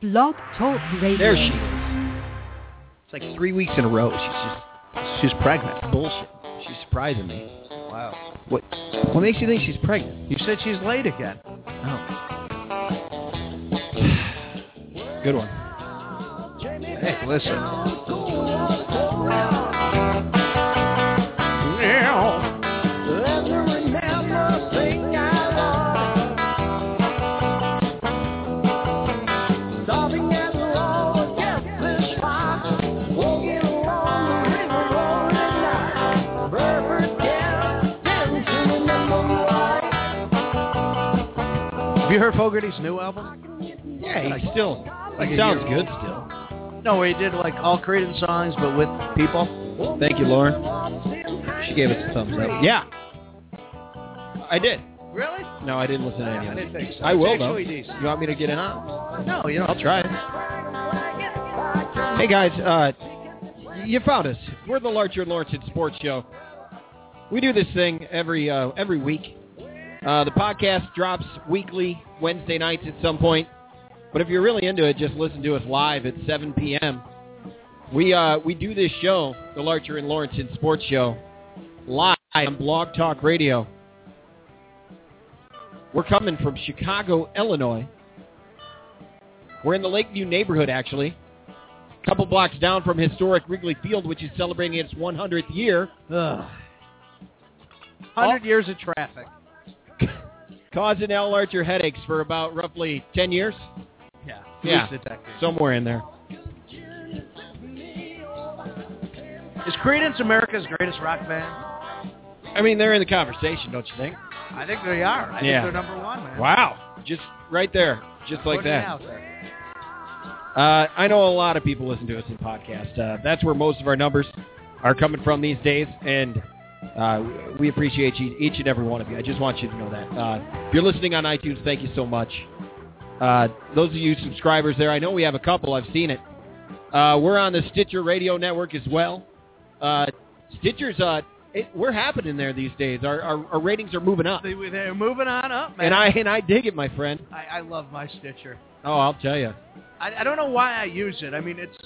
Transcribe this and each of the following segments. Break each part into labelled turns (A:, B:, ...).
A: Blog Talk Radio.
B: There she is. It's like three weeks in a row. She's just
C: She's pregnant.
B: bullshit. She's surprising me. Wow.
C: What?
B: What makes you think she's pregnant?
C: You said she's late again.
B: Oh. Good one.
C: Hey, listen. Have you heard Fogerty's new album?
B: Yeah, he's still.
C: Like a
B: he sounds
C: year
B: good still.
C: No, he did like all Creedence songs, but with people.
B: Thank you, Lauren. She gave us a thumbs up. Yeah. I did.
C: Really?
B: No, I didn't listen to any
C: Yeah,
B: of
C: I
B: it.
C: didn't think so.
B: I will
C: It's
B: though.
C: actually
B: You
C: decent.
B: want me to get in on?
C: No, you
B: it?
C: know.
B: I'll try it. Hey guys, uh, you found us. We're the Larger Lawrence and Sports Show. We do this thing every uh, every week. Uh, the podcast drops weekly Wednesday nights at some point. But if you're really into it, just listen to us live at 7 p.m. We uh, we do this show, the Larcher and Lawrence and Sports Show, live on Blog Talk Radio. We're coming from Chicago, Illinois. We're in the Lakeview neighborhood, actually couple blocks down from historic Wrigley Field, which is celebrating its 100th year,
C: Ugh. Hundred years of traffic.
B: causing Al Larcher headaches for about roughly 10 years,
C: Yeah.
B: Yeah.
C: Who's the detective?
B: somewhere in there.
C: Is Creedence America's greatest rock band?
B: I mean, they're in the conversation, don't you think?
C: I think they are. I
B: Yeah.
C: think they're number one, man.
B: Wow. Just right there, just like
C: Putting it
B: that.
C: out there.
B: Uh, I know a lot of people listen to us in podcast. Uh, that's where most of our numbers are coming from these days, and uh, we appreciate you, each and every one of you. I just want you to know that. Uh, if you're listening on iTunes, thank you so much. Uh, those of you subscribers there, I know we have a couple. I've seen it. Uh, we're on the Stitcher Radio Network as well. Uh, Stitcher's, uh, it, we're happening there these days. Our, our, our ratings are moving up,
C: They, they're moving on up, man.
B: and I and I dig it, my friend.
C: I, I love my Stitcher.
B: Oh, I'll tell you.
C: I, I don't know why I use it. I mean, it's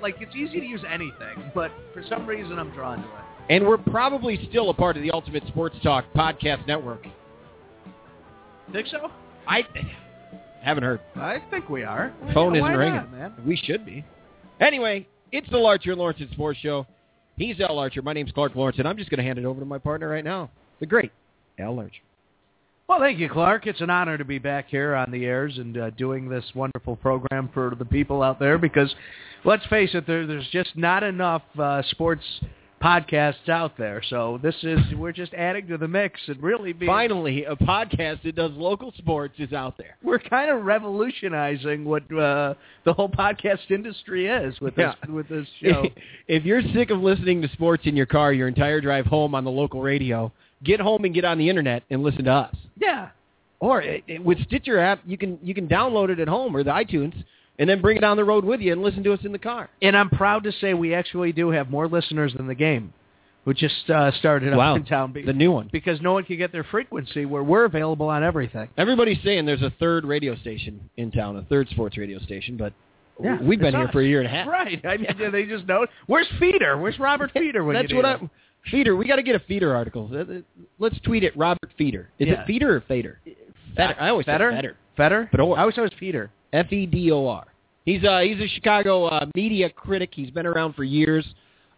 C: like it's easy to use anything, but for some reason I'm drawn to it.
B: And we're probably still a part of the Ultimate Sports Talk podcast network.
C: Think so?
B: I haven't heard.
C: I think we are.
B: Phone
C: Why
B: isn't
C: not,
B: ringing.
C: man.
B: We should be. Anyway, it's the Larcher and Lawrence Sports Show. He's Al Larcher. My name's Clark Lawrence, and I'm just going to hand it over to my partner right now, the great Al Larcher.
C: Well, thank you, Clark. It's an honor to be back here on the airs and uh, doing this wonderful program for the people out there because, let's face it, there, there's just not enough uh, sports podcasts out there. So this is, we're just adding to the mix and really being,
B: Finally, a podcast that does local sports is out there.
C: we're kind of revolutionizing what uh, the whole podcast industry is with this,
B: Yeah.
C: with this show.
B: if you're sick of listening to sports in your car your entire drive home on the local radio, get home and get on the internet and listen to us.
C: yeah.
B: Or it, it- with Stitcher app, you can you can download it at home or the iTunes, and then bring it on the road with you and listen to us in the car.
C: And I'm proud to say we actually do have more listeners than the game, which just uh, started up in town. be-
B: the new one.
C: because no one can get their frequency where we're available on everything.
B: Everybody's saying there's a third radio station in town, a third sports radio station, but
C: Yeah,
B: we've been
C: it's
B: here
C: us.
B: for a year and a half.
C: Right. I mean, they just know. Where's Feeder? Where's Robert Feeder? When
B: That's
C: you
B: what
C: need
B: I
C: him?
B: feeder. We got to get a feeder article. Uh, uh, Let's tweet it, Robert Feeder. Is
C: Yeah.
B: it feeder or fader? Feder. I always
C: Feder?
B: say Feder.
C: Fetter.
B: Fedor.
C: I always thought it was Feeder.
B: F E D O R. He's uh, he's a Chicago uh, media critic. He's been around for years.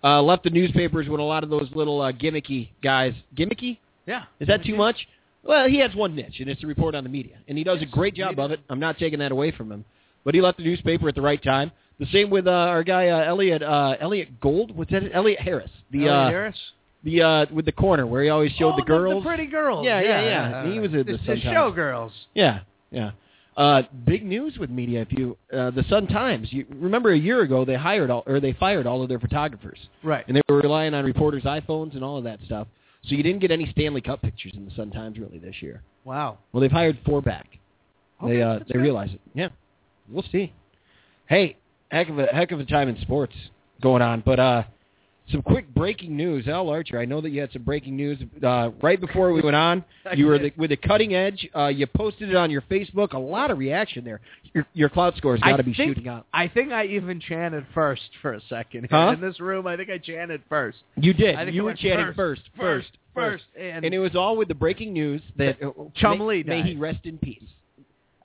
B: Uh, left the newspapers when a lot of those little uh, gimmicky guys. Gimmicky?
C: Yeah.
B: Is that too
C: Mm-hmm.
B: much? Well, he has one niche, and it's to report on the media, and he does a great job of it. I'm not taking that away from him, but he left the newspaper at the right time. The same with uh, our guy uh, Elliot uh, Elliot Gold. What's that? Elliot Harris. The
C: Elliot
B: uh,
C: Harris?
B: the uh, with the corner where he always showed
C: Oh,
B: the girls.
C: The pretty girls.
B: Yeah, yeah, yeah. He was in
C: the,
B: this
C: the
B: sometimes.
C: showgirls.
B: yeah, yeah. Uh, big news with media. If you uh, the Sun Times, you remember a year ago they hired all or they fired all of their photographers,
C: Right.
B: and they were relying on reporters' iPhones and all of that stuff. So you didn't get any Stanley Cup pictures in the Sun Times really this year.
C: Wow.
B: Well, they've hired four back.
C: Okay,
B: they uh,
C: that's
B: they
C: good.
B: realize it. Yeah, we'll see. Hey, heck of a heck of a time in sports going on, but uh, some quick breaking news. Al Archer, I know that you had some breaking news uh, right before we went on. You were the, with the cutting edge. Uh, you posted it on your Facebook. A lot of reaction there. Your, your cloud score's got to be
C: think,
B: shooting up.
C: I think I even chanted first for a second.
B: Huh?
C: In this room, I think I chanted first.
B: You
C: I
B: did.
C: think
B: You
C: I
B: were
C: went
B: chanting
C: first,
B: first,
C: first,
B: first,
C: first, and-
B: it was all with the breaking news that uh,
C: Chum
B: may-
C: Lee
B: may,
C: died.
B: he rest in peace.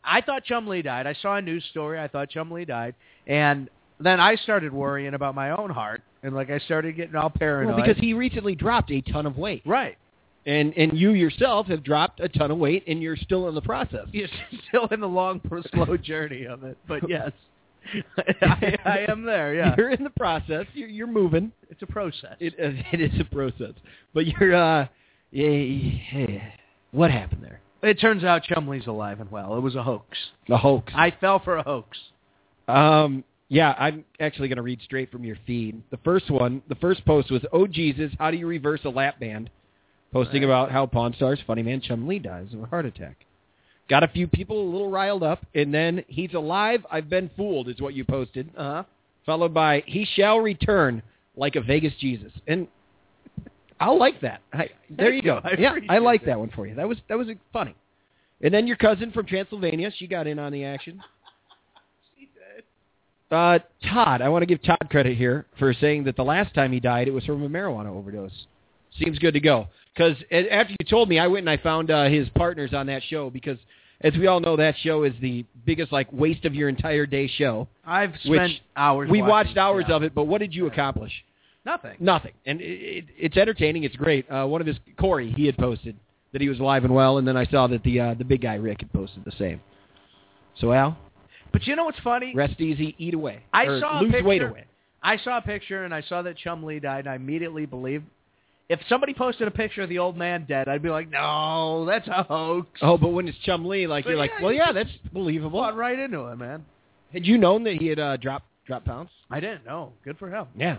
C: I thought Chumley died. I saw a news story. I thought Chumley died, and then I started worrying about my own heart, and like I started getting all paranoid.
B: Well, because he recently dropped a ton of weight,
C: right,
B: and and you yourself have dropped a ton of weight, and you're still in the process.
C: you're still in the long, slow journey of it. But yes, I, I am there. Yeah,
B: You're in the process. You're, you're moving.
C: it's a process.
B: It, uh, it is a process, but you're. uh yeah, yeah. What happened there?
C: It turns out Chumley's alive and well. It was a hoax.
B: The hoax.
C: I fell for a hoax.
B: Um, yeah, I'm actually going to read straight from your feed. The first one, the first post was, "Oh Jesus, how do you reverse a lap band?" Posting about how Pawn Stars funny man Chum Lee dies of a heart attack. Got a few people a little riled up, and then he's alive. I've been fooled is what you posted,
C: Uh huh.
B: followed by he shall return like a Vegas Jesus, and I'll like that. I,
C: Thank
B: there you
C: you.
B: go.
C: I
B: yeah, I
C: appreciate
B: like
C: it.
B: that one for you. That was that was funny. And then your cousin from Transylvania, she got in on the action.
C: She did.
B: Uh, Todd, I want to give Todd credit here for saying that the last time he died, it was from a marijuana overdose. Seems good to go. Because after you told me, I went and I found uh, his partners on that show because, as we all know, that show is the biggest like waste of your entire day show.
C: I've
B: Which
C: spent hours.
B: we
C: watching,
B: watched hours
C: yeah.
B: of it, but what did you accomplish?
C: Nothing.
B: Nothing. And it, it, it's entertaining. It's great. Uh, one of his Corey, he had posted that he was alive and well, and then I saw that the uh, the big guy Rick had posted the same. So Al,
C: But you know what's funny?
B: rest easy, eat away.
C: I
B: Or
C: saw a
B: lose weight
C: picture-
B: away.
C: I saw a picture and I saw that Chumley died, and I immediately believed. If somebody posted a picture of the old man dead, I'd be like, "No, that's a hoax."
B: Oh, but when it's Chum Lee, like
C: But
B: you're like,
C: yeah,
B: well,
C: you
B: yeah,
C: just-
B: that's believable.
C: Bought right into it, man.
B: Had you known that he had uh, dropped dropped pounds?
C: I didn't know. Good for him.
B: Yeah.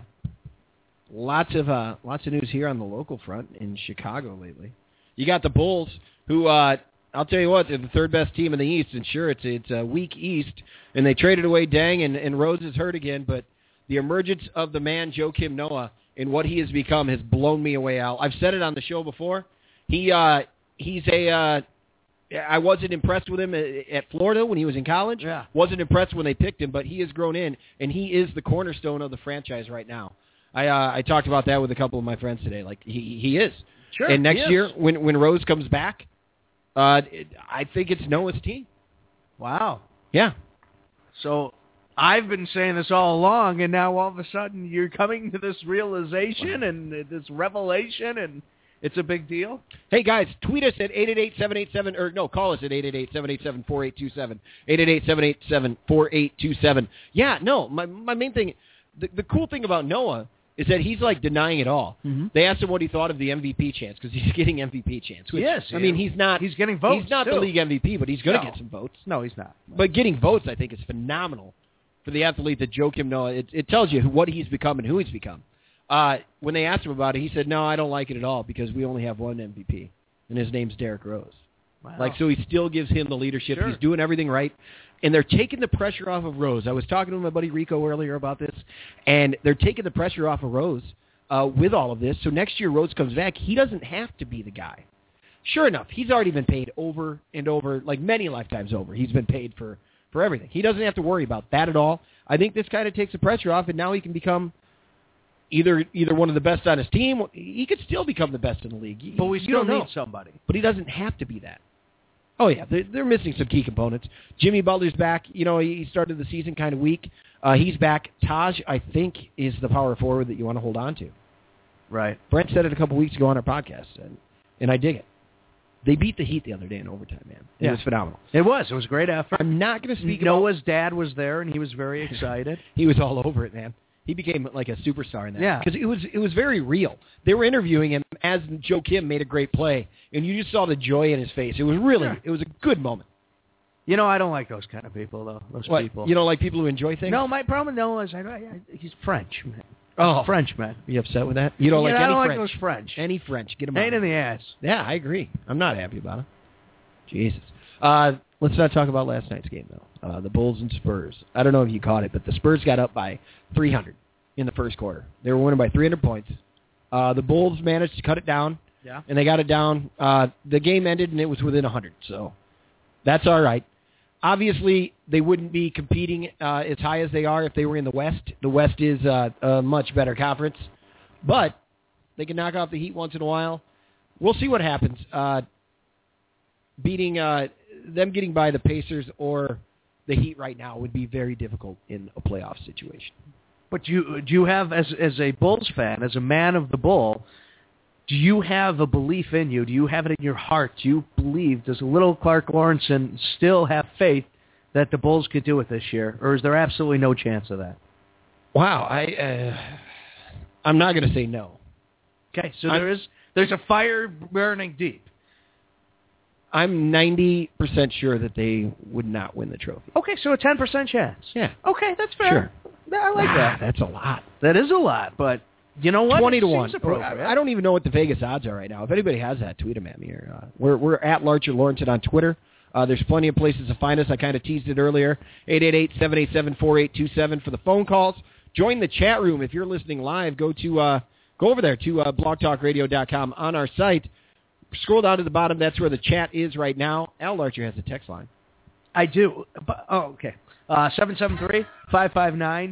B: Lots of uh, lots of news here on the local front in Chicago lately. You got the Bulls, who uh, I'll tell you what, they're the third best team in the East, and sure, it's it's a weak East, and they traded away Dang, and, and Rose is hurt again, but the emergence of the man Joe Kim Noah and what he has become has blown me away. Al, I've said it on the show before. He uh, he's a uh, I wasn't impressed with him a- at Florida when he was in college.
C: Yeah.
B: Wasn't impressed when they picked him, but he has grown in, and he is the cornerstone of the franchise right now. I uh, I talked about that with a couple of my friends today. Like he he is.
C: Sure.
B: and next
C: he is.
B: year when when Rose comes back, uh, it, I think it's Noah's team.
C: Wow.
B: Yeah.
C: So I've been saying this all along, and now all of a sudden you're coming to this realization and this revelation, and it's a big deal.
B: Hey guys, tweet us at 888-787 or no, call us at 888-787-4827. 888-787-4827. Yeah, no, my my main thing the, the cool thing about Noah is that he's like denying it all.
C: Mhm.
B: They asked him what he thought of the MVP chance because he's getting MVP chance. Which,
C: Yes,
B: I mean
C: he-
B: he's not
C: he's getting votes,
B: He's not
C: too.
B: the league MVP, but he's going to
C: No.
B: get some votes.
C: No, he's not.
B: But getting votes, I think, is phenomenal for the athlete that Joe Kim Noah. It, it tells you who, what he's become and who he's become. Uh, when they asked him about it, he said, "No, I don't like it at all because we only have one MVP, and his name's Derrick Rose."
C: Wow.
B: Like so, he still gives him the leadership.
C: Sure.
B: He's doing everything right, and they're taking the pressure off of Rose. I was talking to my buddy Rico earlier about this, and they're taking the pressure off of Rose uh, with all of this. So next year, Rose comes back. He doesn't have to be the guy. Sure enough, he's already been paid over and over, like many lifetimes over. He's been paid for for everything. He doesn't have to worry about that at all. I think this kind of takes the pressure off, and now he can become. Either either one of the best on his team, he could still become the best in the league.
C: but we
B: You
C: still
B: don't know
C: need somebody.
B: but he doesn't have to be that. Oh yeah, they're, they're missing some key components. Jimmy Butler's back. You know, he he started the season kind of weak. Uh, he's back. Taj, I think, is the power forward that you want to hold on to.
C: Right.
B: Brent said it a couple weeks ago on our podcast, and and I dig it. They beat the Heat the other day in overtime, man. It
C: Yeah.
B: was phenomenal.
C: It was. It was a great effort.
B: I'm not going to speak about.
C: Noah's dad was there, and he was very excited.
B: He was all over it, man. He became like a superstar in that.
C: Yeah.
B: because it was it was very real. They were interviewing him as Joe Kim made a great play, and you just saw the joy in his face. It was really
C: Sure.
B: it was a good moment.
C: You know, I don't like those kind of people, though. Those
B: What,
C: people.
B: You know, like people who enjoy things.
C: no, my problem with Noah is I, I, I, he's French, man.
B: Oh,
C: French man.
B: You upset with that? You don't
C: You
B: like
C: know, I
B: any
C: don't
B: French?
C: like those French.
B: Any French? Get them
C: Pain
B: out.
C: in the ass.
B: yeah, I agree. I'm not happy about it. Jesus. Uh, let's not talk about last night's game though. Uh, the Bulls and Spurs. I don't know if you caught it, but the Spurs got up by 300. in the first quarter. They were winning by 300 points. Uh, the Bulls managed to cut it down,
C: Yeah.
B: and they got it down. Uh, the game ended, and it was within 100. So that's all right. Obviously, they wouldn't be competing uh, as high as they are if they were in the West. The West is uh, a much better conference, but they can knock off the Heat once in a while. We'll see what happens. Uh, beating uh, them getting by the Pacers or the Heat right now would be very difficult in a playoff situation.
C: But you do you have as as a Bulls fan, as a man of the Bull, do you have a belief in you? Do you have it in your heart? Do you believe? Does little Clark Lawrenson still have faith that the Bulls could do it this year, or is there absolutely no chance of that?
B: Wow, I uh, I'm not going to say no.
C: Okay, so
B: I-
C: there is there's a fire burning deep.
B: I'm 90% sure that they would not win the trophy.
C: Okay, so a ten percent chance.
B: Yeah.
C: Okay, that's fair. Sure. I like
B: Ah,
C: that.
B: That's a lot.
C: That is a lot, but you know what?
B: 20
C: It
B: to
C: seems
B: 1.
C: appropriate.
B: I I don't even know what the Vegas odds are right now. If anybody has that, tweet them at me. Or, uh, we're, we're at Larcher Lawrenson on Twitter. Uh, there's plenty of places to find us. I kind of teased it earlier. 888-787-4827 for the phone calls. Join the chat room. If you're listening live, go to uh, go over there to uh, blogtalkradio.com on our site. Scroll down to the bottom. That's where the chat is right now. Al Larcher has a text line.
C: I do. But, oh, okay. Uh, 773-559-5189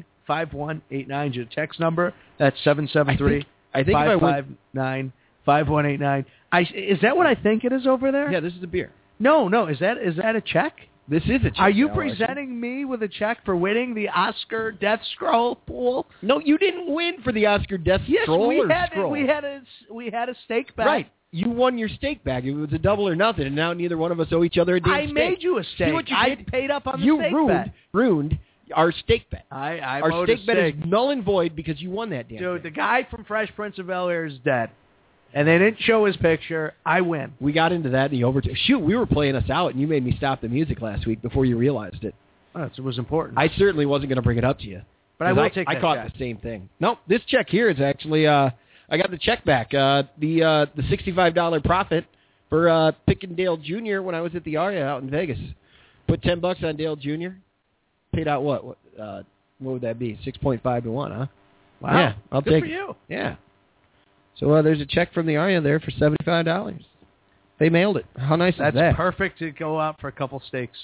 C: is your text number. That's
B: I think,
C: 773
B: I think if I went,
C: 559 5189. I is that what I think it is over there?
B: yeah, this is a beer.
C: No, no. Is that is that a check?
B: This is a check.
C: Are you
B: Al Larcher.
C: presenting me with a check for winning the Oscar Death Scroll pool?
B: No, you didn't win for the Oscar Death
C: Yes,
B: Stroll
C: we
B: or
C: had
B: Scroll.
C: we had a we had a stake bet.
B: Right. You won your steak back. It was a double or nothing, and now neither one of us owe each other a damn
C: I
B: steak.
C: made you a stake.
B: what you
C: I
B: did?
C: paid up on the
B: you
C: stake
B: ruined,
C: bet.
B: ruined our steak bet.
C: I, I
B: our
C: owed a
B: steak bet is null and void because you won that damn
C: Dude, the
B: thing.
C: guy from Fresh Prince of Bel Air is dead, and they didn't show his picture. I win.
B: We got into that in the overtime. Shoot, we were playing us out, and you made me stop the music last week before you realized it.
C: It was important.
B: I certainly wasn't going to bring it up to you.
C: but I will
B: Because
C: take
B: I
C: that
B: caught
C: check.
B: the same thing. No, this check here is actually uh, I got the check back. Uh, the uh, the sixty five dollar profit for uh, picking Dale Jr. when I was at the Aria out in Vegas. Put ten bucks on Dale Jr. Paid out what? What, uh, what would that be? Six point five to one, huh?
C: Wow.
B: Yeah, I'll
C: Good
B: take
C: for
B: it.
C: you.
B: Yeah. So uh, there's a check from the Aria there for seventy five dollars. They mailed it. How nice
C: That's
B: is that?
C: perfect to go out for a couple steaks.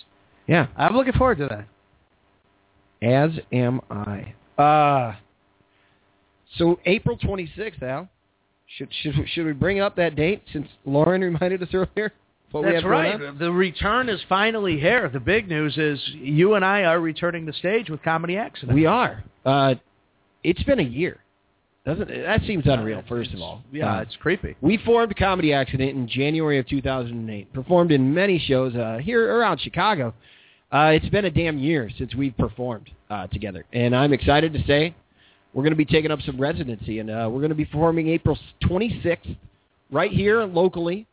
B: yeah.
C: I'm looking forward to that.
B: As am I. Uh,
C: Ah.
B: so April 26th, Al. Should, should, should we bring up that date since Lauren reminded us earlier? What we
C: That's
B: have going
C: right.
B: on?
C: The return is finally here. The big news is you and I are returning the stage with Comedy Accident.
B: We are. Uh, it's been a year. Doesn't That seems unreal,
C: It's-
B: first of all.
C: Yeah,
B: Uh,
C: it's creepy.
B: we formed Comedy Accident in January of 2008, performed in many shows uh, here around Chicago. Uh, it's been a damn year since we've performed uh, together, and I'm excited to say we're going to be taking up some residency, and uh, we're going to be performing April 26th right here locally.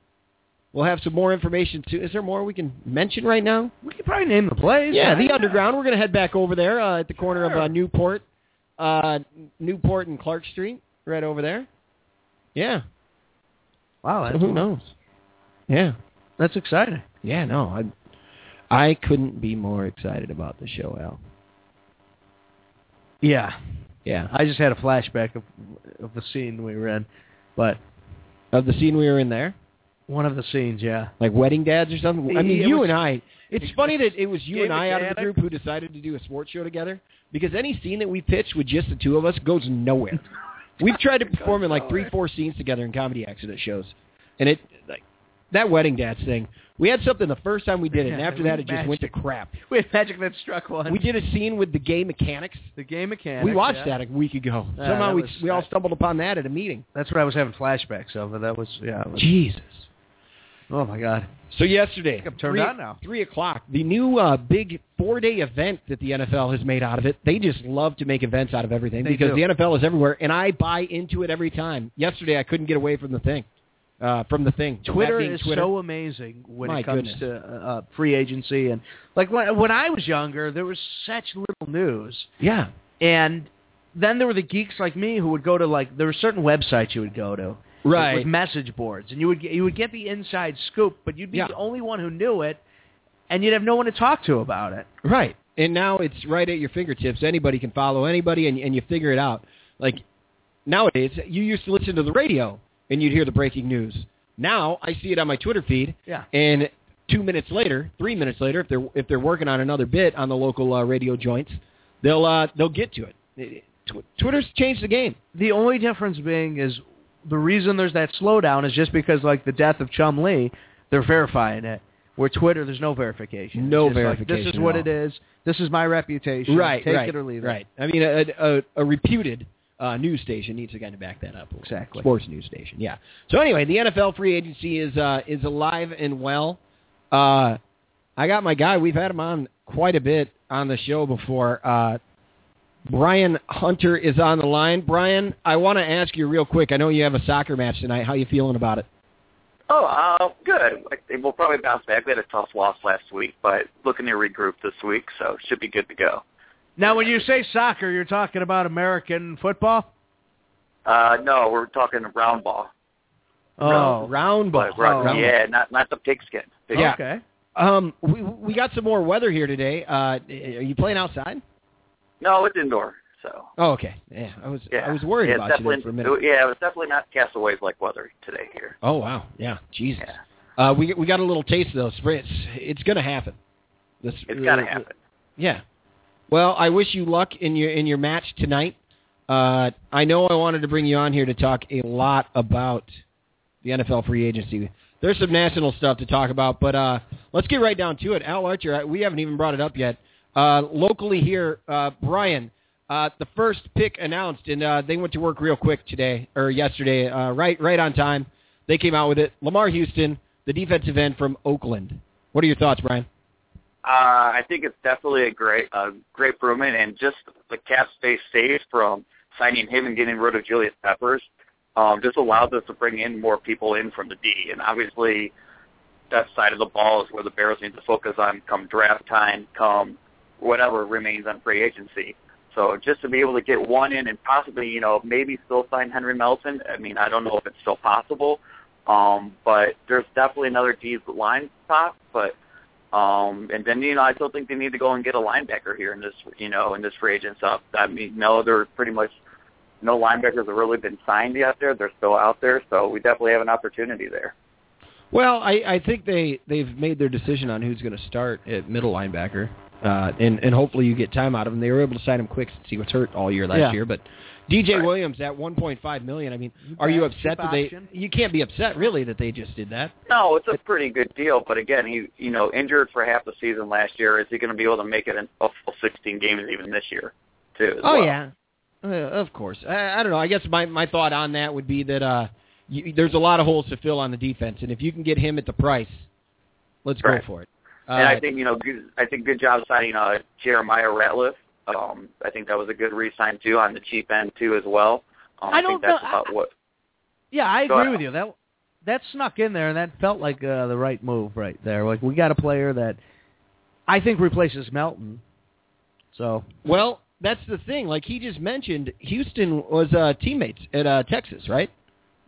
B: We'll have some more information too. Is there more we can mention right now?
C: We could probably name the place.
B: Yeah, the
C: right?
B: underground. We're going to head back over there uh, at the corner of uh,
C: Sure.
B: Newport, uh, Newport and Clark Street, right over there. Yeah,
C: Wow,
B: so
C: that's,
B: who knows? Yeah.
C: that's exciting.
B: Yeah, no, I I couldn't be more excited about the show, Al.
C: Yeah.
B: Yeah,
C: I just had a flashback of, of the scene we were in, but
B: of the scene we were in there,
C: one of the scenes, yeah.
B: like wedding dads or something. I mean,
C: It
B: you
C: was-
B: and I. It's
C: it
B: funny
C: was
B: that it was you
C: Game
B: and
C: of
B: I out of the
C: Janet.
B: group who decided to do a sports show together because any scene that we pitch with just the two of us goes nowhere. We've tried to perform in like three,
C: nowhere.
B: four scenes together in comedy accident shows, and it like that wedding dads thing. We had something the first time we did it, and
C: Yeah,
B: after
C: we
B: that it just went to crap.
C: We had magic that struck one.
B: We did a scene with the gay mechanics.
C: the game mechanic.
B: We watched
C: yeah.
B: that a week ago.
C: Yeah,
B: Somehow
C: that
B: we
C: was-
B: we all stumbled upon that at a meeting.
C: That's what I was having flashbacks of. and That was yeah. it was-
B: Jesus.
C: oh my god.
B: So yesterday,
C: I'm turned
B: three,
C: on now.
B: three o'clock, the new uh, big four-day event that the NFL has made out of it. They just love to make events out of everything
C: They
B: because
C: do.
B: the NFL is everywhere, and I buy into it every time. Yesterday, I couldn't get away from the thing, uh, from the thing.
C: Twitter
B: That being
C: is
B: Twitter.
C: so amazing when
B: My
C: it comes
B: goodness.
C: to uh, uh, free agency and like when when I was younger, there was such little news,
B: yeah,
C: and then there were the geeks like me who would go to like there were certain websites you would go to
B: Right.
C: with message boards, and you would get, you would get the inside scoop, but you'd be
B: Yeah.
C: the only one who knew it, and you'd have no one to talk to about it.
B: right. and now it's right at your fingertips. Anybody can follow anybody, and, and you figure it out. Like nowadays, you used to listen to the radio and you'd hear the breaking news. Now I see it on my Twitter feed,
C: Yeah.
B: and two minutes later, three minutes later, if they're if they're working on another bit on the local uh, radio joints, they'll uh, they'll get to it. It- it- Tw- Twitter's changed the game.
C: The only difference being is the reason there's that slowdown is just because like the death of Chum Lee, they're verifying it. Where Twitter, there's no verification.
B: No
C: It's just like,
B: verification
C: this is
B: at
C: what
B: all.
C: it is. This is my reputation. Take
B: right,
C: it or leave
B: Right. I mean, a, a, a reputed uh, news station needs to kind of back that up.
C: Exactly.
B: Sports news station. Yeah. So anyway, the NFL free agency is uh, is alive and well. Uh, I got my guy. We've had him on quite a bit on the show before. Uh, Brian Hunter is on the line. Brian, I want to ask you real quick. I know you have a soccer match tonight. How you feeling about it?
A: Oh, uh, good. I think We'll probably bounce back. We had a tough loss last week, but looking to regroup this week, so it should be good to go.
C: it. Now, when you say soccer, you're talking about American football.
A: Uh, no, we're talking round ball.
C: Oh,
B: round ball.
A: Like, right-
B: Round ball. Oh,
A: yeah, not not the pigskin. Pig-
B: Yeah.
C: okay.
B: Um, we we got some more weather here today. Uh, are you playing outside?
A: No, it's indoor. So
B: Oh, okay. Yeah, I was
A: yeah,
B: I was worried
A: yeah, it's
B: about you there
A: definitely-
B: for a minute.
A: Yeah, it was definitely not castaways like weather today here.
B: Oh wow, yeah, Jesus.
A: Yeah.
B: Uh, we we got a little taste of those. It's it's gonna happen. This,
A: It's gotta happen.
B: Yeah. Well, I wish you luck in your in your match tonight. Uh, I know I wanted to bring you on here to talk a lot about the NFL free agency. There's some national stuff to talk about, but uh, let's get right down to it. Al Archer, I- we haven't even brought it up yet. Uh, locally here, uh, Brian, uh, the first pick announced, and uh, they went to work real quick today or yesterday, uh, right right on time. They came out with it. Lamar Houston, the defensive end from Oakland. What are your thoughts, Brian?
A: Uh, I think it's definitely a great, a great improvement, and just the cap space saved from signing him and getting rid of Julius Peppers um, just allows us to bring in more people in from the D. And obviously, that side of the ball is where the Bears need to focus on come draft time, come whatever remains on free agency. So just to be able to get one in and possibly, you know, maybe still sign Henry Melton. I mean, I don't know if it's still possible, um, but there's definitely another D's line spot, but. Um, and then you know I still think they need to go and get a linebacker here in this you know in this free agent stuff. I mean no, they're pretty much no linebackers have really been signed yet. There they're still out there, so we definitely have an opportunity there.
B: Well, I, I think they they've made their decision on who's going to start at middle linebacker, uh, and and hopefully you get time out of him. They were able to sign him quick since he was hurt all year last
C: Yeah.
B: year. But DJ
A: Right.
B: Williams at 1.5 million. I mean, are you
C: bet. Cheap
B: upset that they?
C: option.
B: You can't be upset really that they just did that.
A: No, it's a pretty good deal, but again, he you know injured for half the season last year. Is he going to be able to make it in a full 16 games even this year too?
C: Oh,
A: as well?
B: yeah, uh, of course. I, I don't know. I guess my my thought on that would be that uh, you, there's a lot of holes to fill on the defense, and if you can get him at the price, let's
A: Right.
B: go for it.
A: And
B: Uh,
A: I think you know, good, I think good job signing uh, Jeremiah Ratliff. Um, I think that was a good re-sign too on the cheap end too as well. Um,
C: I
A: I,
C: don't
A: think that's
C: know-
A: about what
C: Yeah, I
A: Go
C: agree
A: ahead.
C: with you. That that snuck in there, and that felt like uh, the right move right there. Like we got a player that I think replaces Melton. So
B: Well, that's the thing. Like he just mentioned, Houston was uh, teammates at uh, Texas, right?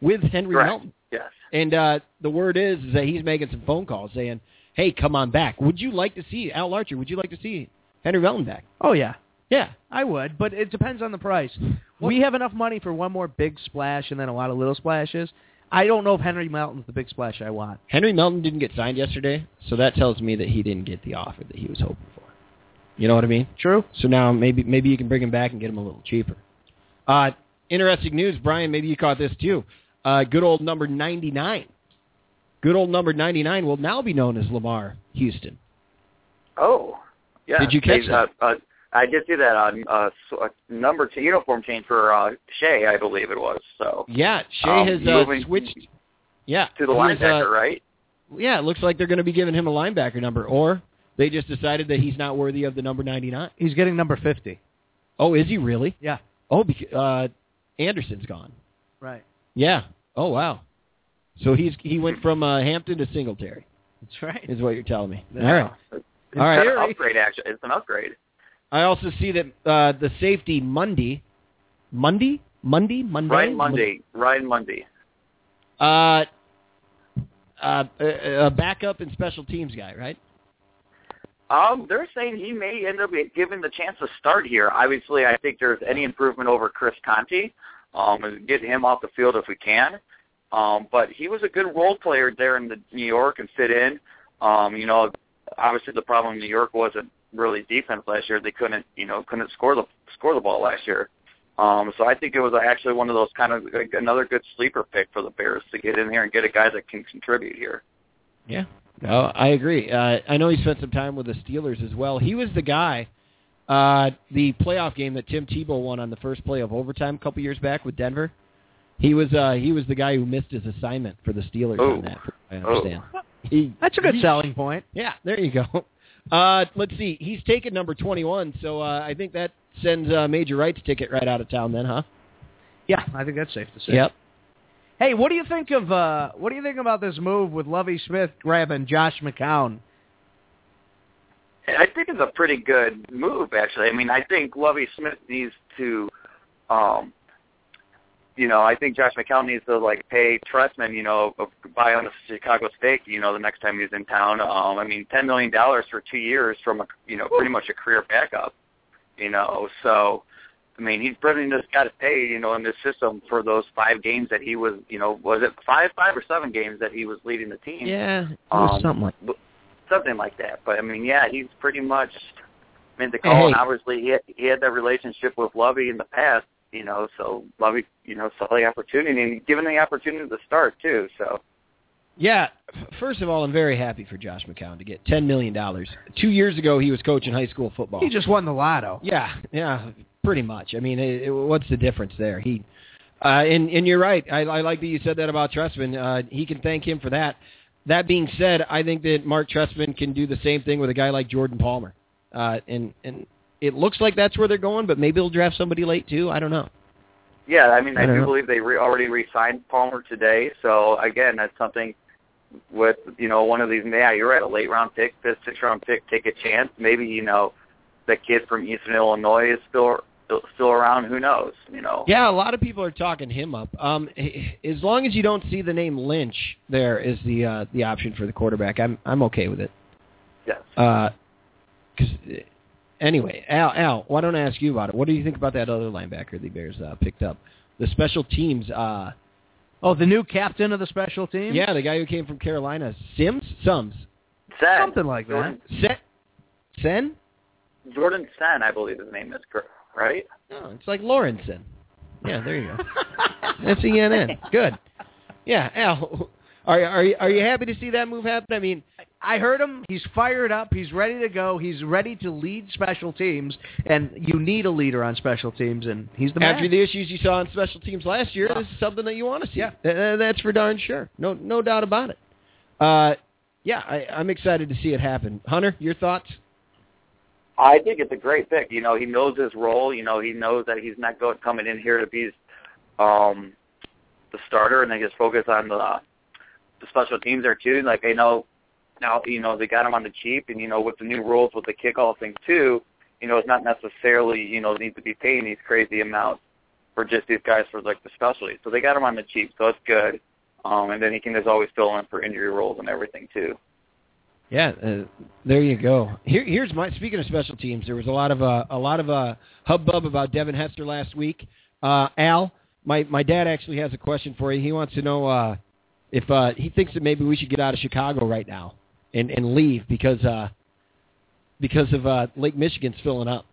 B: With Henry
A: Correct.
B: Melton.
A: Yes.
B: And uh, the word is, is that he's making some phone calls saying, hey, come on back. Would you like to see Al Archer? Would you like to see Henry Melton back?
C: oh yeah,
B: Yeah.
C: I would, but it depends on the price. we have enough money for one more big splash and then a lot of little splashes. I don't know if Henry Melton's the big splash I want.
B: Henry Melton didn't get signed yesterday, so that tells me that he didn't get the offer that he was hoping for. You know what I mean?
C: True.
B: So now maybe maybe you can bring him back and get him a little cheaper. Uh, interesting news, Brian. Maybe you caught this too. Uh, good old number ninety nine. Good old number ninety nine will now be known as Lamar Houston.
A: Oh, yeah.
B: Did you catch
A: They- uh, Uh, I did see that on uh, s- uh, number two uniform change for uh, Shea, I believe it was. So
B: Yeah, Shea
A: Um,
B: has uh,
A: moving
B: switched. Yeah,
A: to the
B: he was, uh,
A: linebacker, right?
B: Yeah, it looks like they're going to be giving him a linebacker number, or they just decided that he's not worthy of the number ninety nine.
C: He's getting number fifty.
B: Oh, is he really?
C: Yeah.
B: Oh, because, uh, Anderson's gone.
C: Right.
B: Yeah. Oh wow. So he's he went from uh, Hampton to Singletary,
C: That's right.
B: is what you're telling me.
C: Yeah.
B: All right.
A: It's
B: All right.
A: an upgrade. Actually, it's an upgrade.
B: I also see that uh, the safety Monday, Monday, Monday, Monday,
A: Ryan Mundy. Ryan Mundy.
B: uh, uh, a- a backup and special teams guy, right?
A: Um, they're saying he may end up given the chance to start here. Obviously, I think there's any improvement over Chris Conti. Um, and get him off the field if we can. Um, but he was a good role player there in the New York and fit in. Um, you know, obviously the problem in New York wasn't really defense last year. They couldn't, you know, couldn't score the score the ball last year. Um, so I think it was actually one of those kind of like, another good sleeper pick for the Bears to get in here and get a guy that can contribute here.
B: Yeah, no, I agree. Uh, I know he spent some time with the Steelers as well. He was the guy, uh, the playoff game that Tim Tebow won on the first play of overtime a couple years back with Denver. He was uh, he was the guy who missed his assignment for the Steelers
A: Oh.
B: on that. I
A: Oh.
B: understand. He,
C: That's a good selling point.
B: yeah, there you go. Uh, let's see. He's taken number twenty-one, so uh, I think that sends uh, Major Wright's ticket right out of town. Then, huh?
C: Yeah, I think that's safe to say. Hey, what do you think of uh, what do you think about this move with Lovey Smith grabbing Josh McCown?
A: I think it's a pretty good move, actually. I mean, I think Lovey Smith needs to, um, you know, I think Josh McCown needs to like pay Trustman, you know, buy on a Chicago steak, you know, the next time he's in town. Um, I mean, ten million dollars for two years from a, you know, pretty much a career backup, you know. So, I mean, he's pretty just got to pay, you know, in this system for those five games that he was, you know, was it five, five or seven games that he was leading the team?
B: Yeah, it
A: was Um,
B: something like.
A: something like that. But I mean, yeah, he's pretty much made the
B: Hey,
A: call, and
B: hey.
A: obviously he had, he had that relationship with Lovey in the past, you know. So Lovey, you know, saw the opportunity and given the opportunity to start too. So
B: Yeah, f- first of all, I'm very happy for Josh McCown to get ten million dollars. Two years ago, he was coaching high school football.
C: He just won the lotto.
B: yeah, yeah, pretty much. I mean, it, it, what's the difference there? He, uh, and and you're right. I, I like that you said that about Tressman. Uh, he can thank him for that. That being said, I think that Mark Tressman can do the same thing with a guy like Jordan Palmer. Uh, and and it looks like that's where they're going, but maybe they'll draft somebody late too. I don't know.
A: yeah, I mean,
B: I
A: I,
B: don't
A: do
B: know.
A: believe they re- already re-signed Palmer today. So again, that's something with you know one of these. Yeah, you're right, a late round pick, fifth, sixth round pick, take a chance. Maybe you know the kid from Eastern Illinois is still still around. Who knows? You know.
B: Yeah, a lot of people are talking him up. Um, as long as you don't see the name Lynch there is the uh, the option for the quarterback, I'm I'm okay with it.
A: Yes.
B: Because Uh, anyway, Al, Al, why don't I ask you about it? What do you think about that other linebacker the Bears uh, picked up? The special teams. Uh,
C: Oh, the new captain of the special team.
B: yeah, the guy who came from Carolina, Sims, Sums,
A: Sen.
C: something like that.
A: Jordan-
B: Sen, Sen.
A: Jordan Sen, I believe his name is, cor- right?
B: No, it's like Lawrenson. Yeah, there you go. S E N N. Good. Yeah, Al. Are are you, are you happy to see that move happen? I mean,
C: I heard him. He's fired up. He's ready to go. He's ready to lead special teams, and you need a leader on special teams, and he's the man.
B: after the issues you saw on special teams last year, this is something that you want to see.
C: Yeah.
B: Uh, that's for darn sure. No, no doubt about it. Uh, yeah, I, I'm excited to see it happen. Hunter, your thoughts?
A: I think it's a great pick. You know, he knows his role. You know, he knows that he's not going coming in here to be um, the starter, and they just focus on the the special teams there too. Like they know now, you know, they got him on the cheap, and you know, with the new rules with the kickoff thing too, you know, it's not necessarily you know need to be paying these crazy amounts for just these guys for like the specialties. So they got him on the cheap, so it's good. Um, and then he can just always fill in for injury roles and everything too.
B: Yeah, uh, there you go. Here, here's my. Speaking of special teams, there was a lot of uh, a lot of uh, hubbub about Devin Hester last week. Uh, Al, my my dad actually has a question for you. He wants to know uh, if uh, he thinks that maybe we should get out of Chicago right now and and leave because uh, because of uh, Lake Michigan's filling up.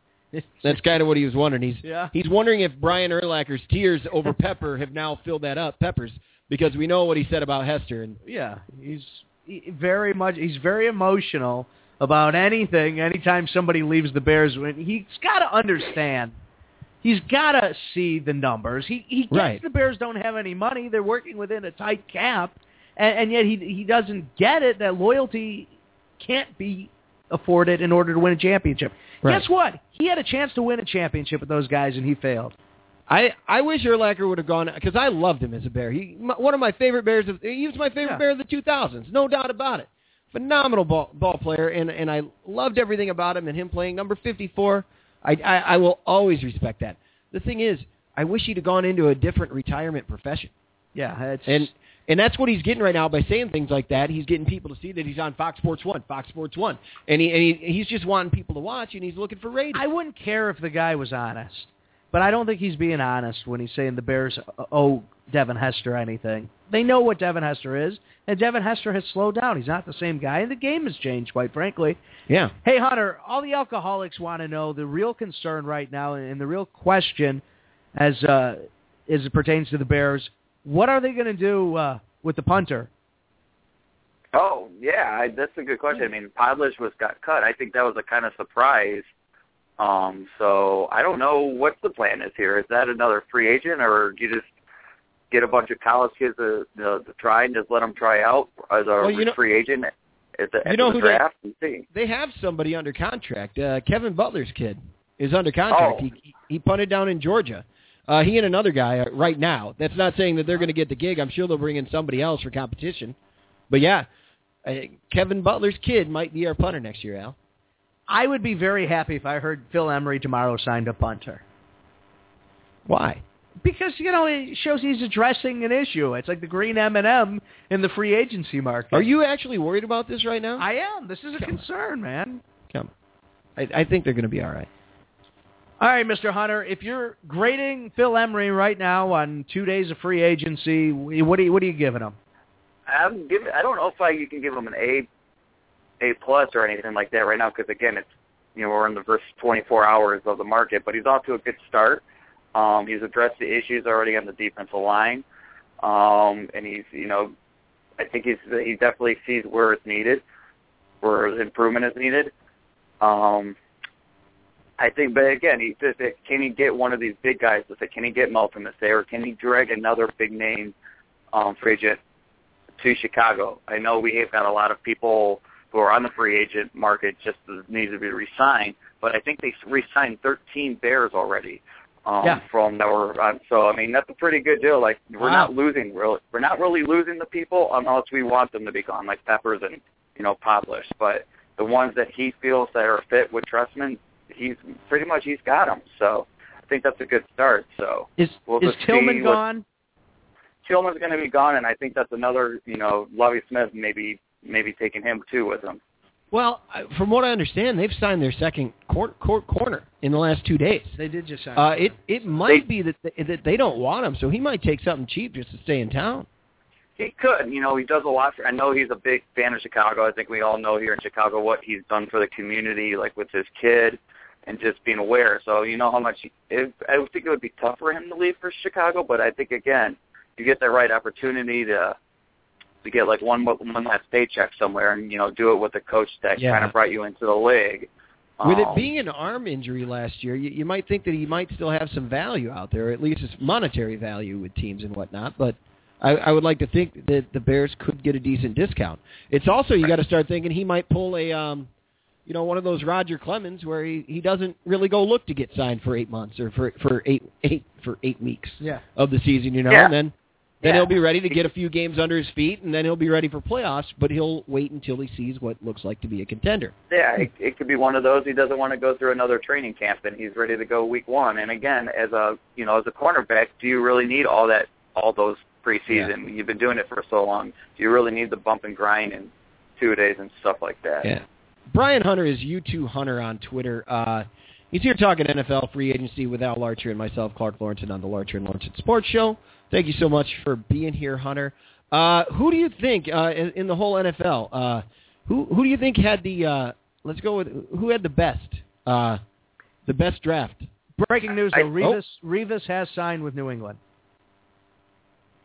B: That's kind of what he was wondering. He's
C: Yeah.
B: he's wondering if Brian Erlacher's tears over Pepper have now filled that up, Peppers, because we know what he said about Hester and
C: yeah, he's he, very much. He's very emotional about anything. Anytime somebody leaves the Bears, when he's got to understand. He's got to see the numbers. He he gets
B: Right.
C: the Bears don't have any money. They're working within a tight cap, and, and yet he he doesn't get it that loyalty can't be afforded in order to win a championship.
B: Right.
C: Guess what? He had a chance to win a championship with those guys, and he failed.
B: I I wish Urlacher would have gone because I loved him as a bear. He m one of my favorite bears. Of, he was my favorite
C: Yeah.
B: bear of the 2000s, no doubt about it. Phenomenal ball ball player, and and I loved everything about him and him playing number 54. I I, I will always respect that. The thing is, I wish he'd have gone into a different retirement profession.
C: Yeah, it's
B: And And that's what he's getting right now by saying things like that. He's getting people to see that he's on Fox Sports One, Fox Sports One, and he, and he he's just wanting people to watch, and he's looking for ratings.
C: I wouldn't care if the guy was honest, but I don't think he's being honest when he's saying the Bears uh, owe Devin Hester anything. They know what Devin Hester is, and Devin Hester has slowed down. He's not the same guy, and the game has changed, quite frankly.
B: yeah,
C: Hey, Hunter, all the alcoholics want to know the real concern right now and the real question as, uh, as it pertains to the Bears. What are they going to do uh, with the punter?
A: Oh yeah, I, that's a good question.
B: Hmm.
A: I mean, Podlish was got cut. I think that was a kind of surprise. Um, so I don't know what the plan is here. Is that another free agent, or do you just get a bunch of college kids to, to, to try and just let them try out as a
B: Well, you know-
A: free agent at the,
B: You
A: end
B: know
A: of
B: who
A: the
B: they-
A: draft and see?
B: they have somebody under contract. Uh, Kevin Butler's kid is under contract.
A: Oh.
B: He he punted down in Georgia. Uh, he and another guy uh, right now. That's not saying that they're going to get the gig. I'm sure they'll bring in somebody else for competition. But yeah, uh, Kevin Butler's kid might be our punter next year, Al.
C: I would be very happy if I heard Phil Emery tomorrow signed a punter.
B: Why?
C: Because you know it shows he's addressing an issue. It's like the green M and M in the free agency market.
B: Are you actually worried about this right now?
C: I am. This is a concern, man.
B: Come. I, I think they're going to be all right.
C: All right, Mr. Hunter, if you're grading Phil Emery right now on two days of free agency, what are you, what are you giving him?
A: I'm giving. I don't know if I you can give them an A, A plus or anything like that right now because again, it's you know we're in the first 24 hours of the market, but he's off to a good start. Um, he's addressed the issues already on the defensive line, um, and he's you know I think he's he definitely sees where it's needed, where improvement is needed. Um, I think, but again, he just can he get one of these big guys to say, can he get Melton to say, or can he drag another big name um, free agent to Chicago. I know we have got a lot of people who are on the free agent market just need to be re-signed, but I think they re-signed 13 Bears already. Um,
C: Yeah.
A: From that were um, so I mean that's a pretty good deal. Like we're
C: Wow.
A: not losing really, we're not really losing the people unless we want them to be gone, like Peppers and you know Podlish. But the ones that he feels that are fit with Trustman, he's pretty much he's got them. So I think that's a good start. So
C: Is
A: Well,
C: is
A: let's see
C: Tillman
A: what-
C: gone?
A: Tillman's going to be gone, and I think that's another, you know, Lovey Smith maybe maybe taking him too with him.
B: Well, I- from what I understand, they've signed their second cor- cor- corner in the last two days.
C: They did just sign.
B: Uh, it it might be
A: They-
B: that they, that they don't want him, so he might take something cheap just to stay in town.
A: He could, you know, he does a lot. For, I know he's a big fan of Chicago. I think we all know here in Chicago what he's done for the community, like with his kid, and just being aware. So you know how much. It, I would think it would be tough for him to leave for Chicago, but I think again, you get the right opportunity to to get like one mo- one last paycheck somewhere, and you know, do it with a coach that
B: Yeah.
A: kind of brought you into the league.
B: With it
A: Um,
B: being an arm injury last year, you, you might think that he might still have some value out there, or at least his monetary value with teams and whatnot. But I, I would like to think that the Bears could get a decent discount. It's also you got to start thinking he might pull a, um, you know, one of those Roger Clemens where he, he doesn't really go look to get signed for eight months or for for eight eight for eight weeks
C: yeah.
B: of the season, you know,
A: Yeah.
B: and then then
A: Yeah.
B: he'll be ready to get a few games under his feet, and then he'll be ready for playoffs. But he'll wait until he sees what looks like to be a contender.
A: Yeah, it, it could be one of those. He doesn't want to go through another training camp, and he's ready to go week one. And again, as a you know, as a cornerback, do you really need all that, all those preseason? You've been doing it for so long. Do you really need the bump and grind and two days and stuff like that?
B: Yeah. Brian Hunter is U2 Hunter on Twitter. Uh, he's here talking NFL free agency with Al Larcher and myself, Clark Lawrenson, on the Larcher and Lawrenson Sports Show. Thank you so much for being here, Hunter. Uh, who do you think uh, in, in the whole NFL? Uh, who who do you think had the? Uh, let's go with who had the best uh, the best draft.
C: Breaking news:
A: I-
C: though, Revis Revis has signed with New England.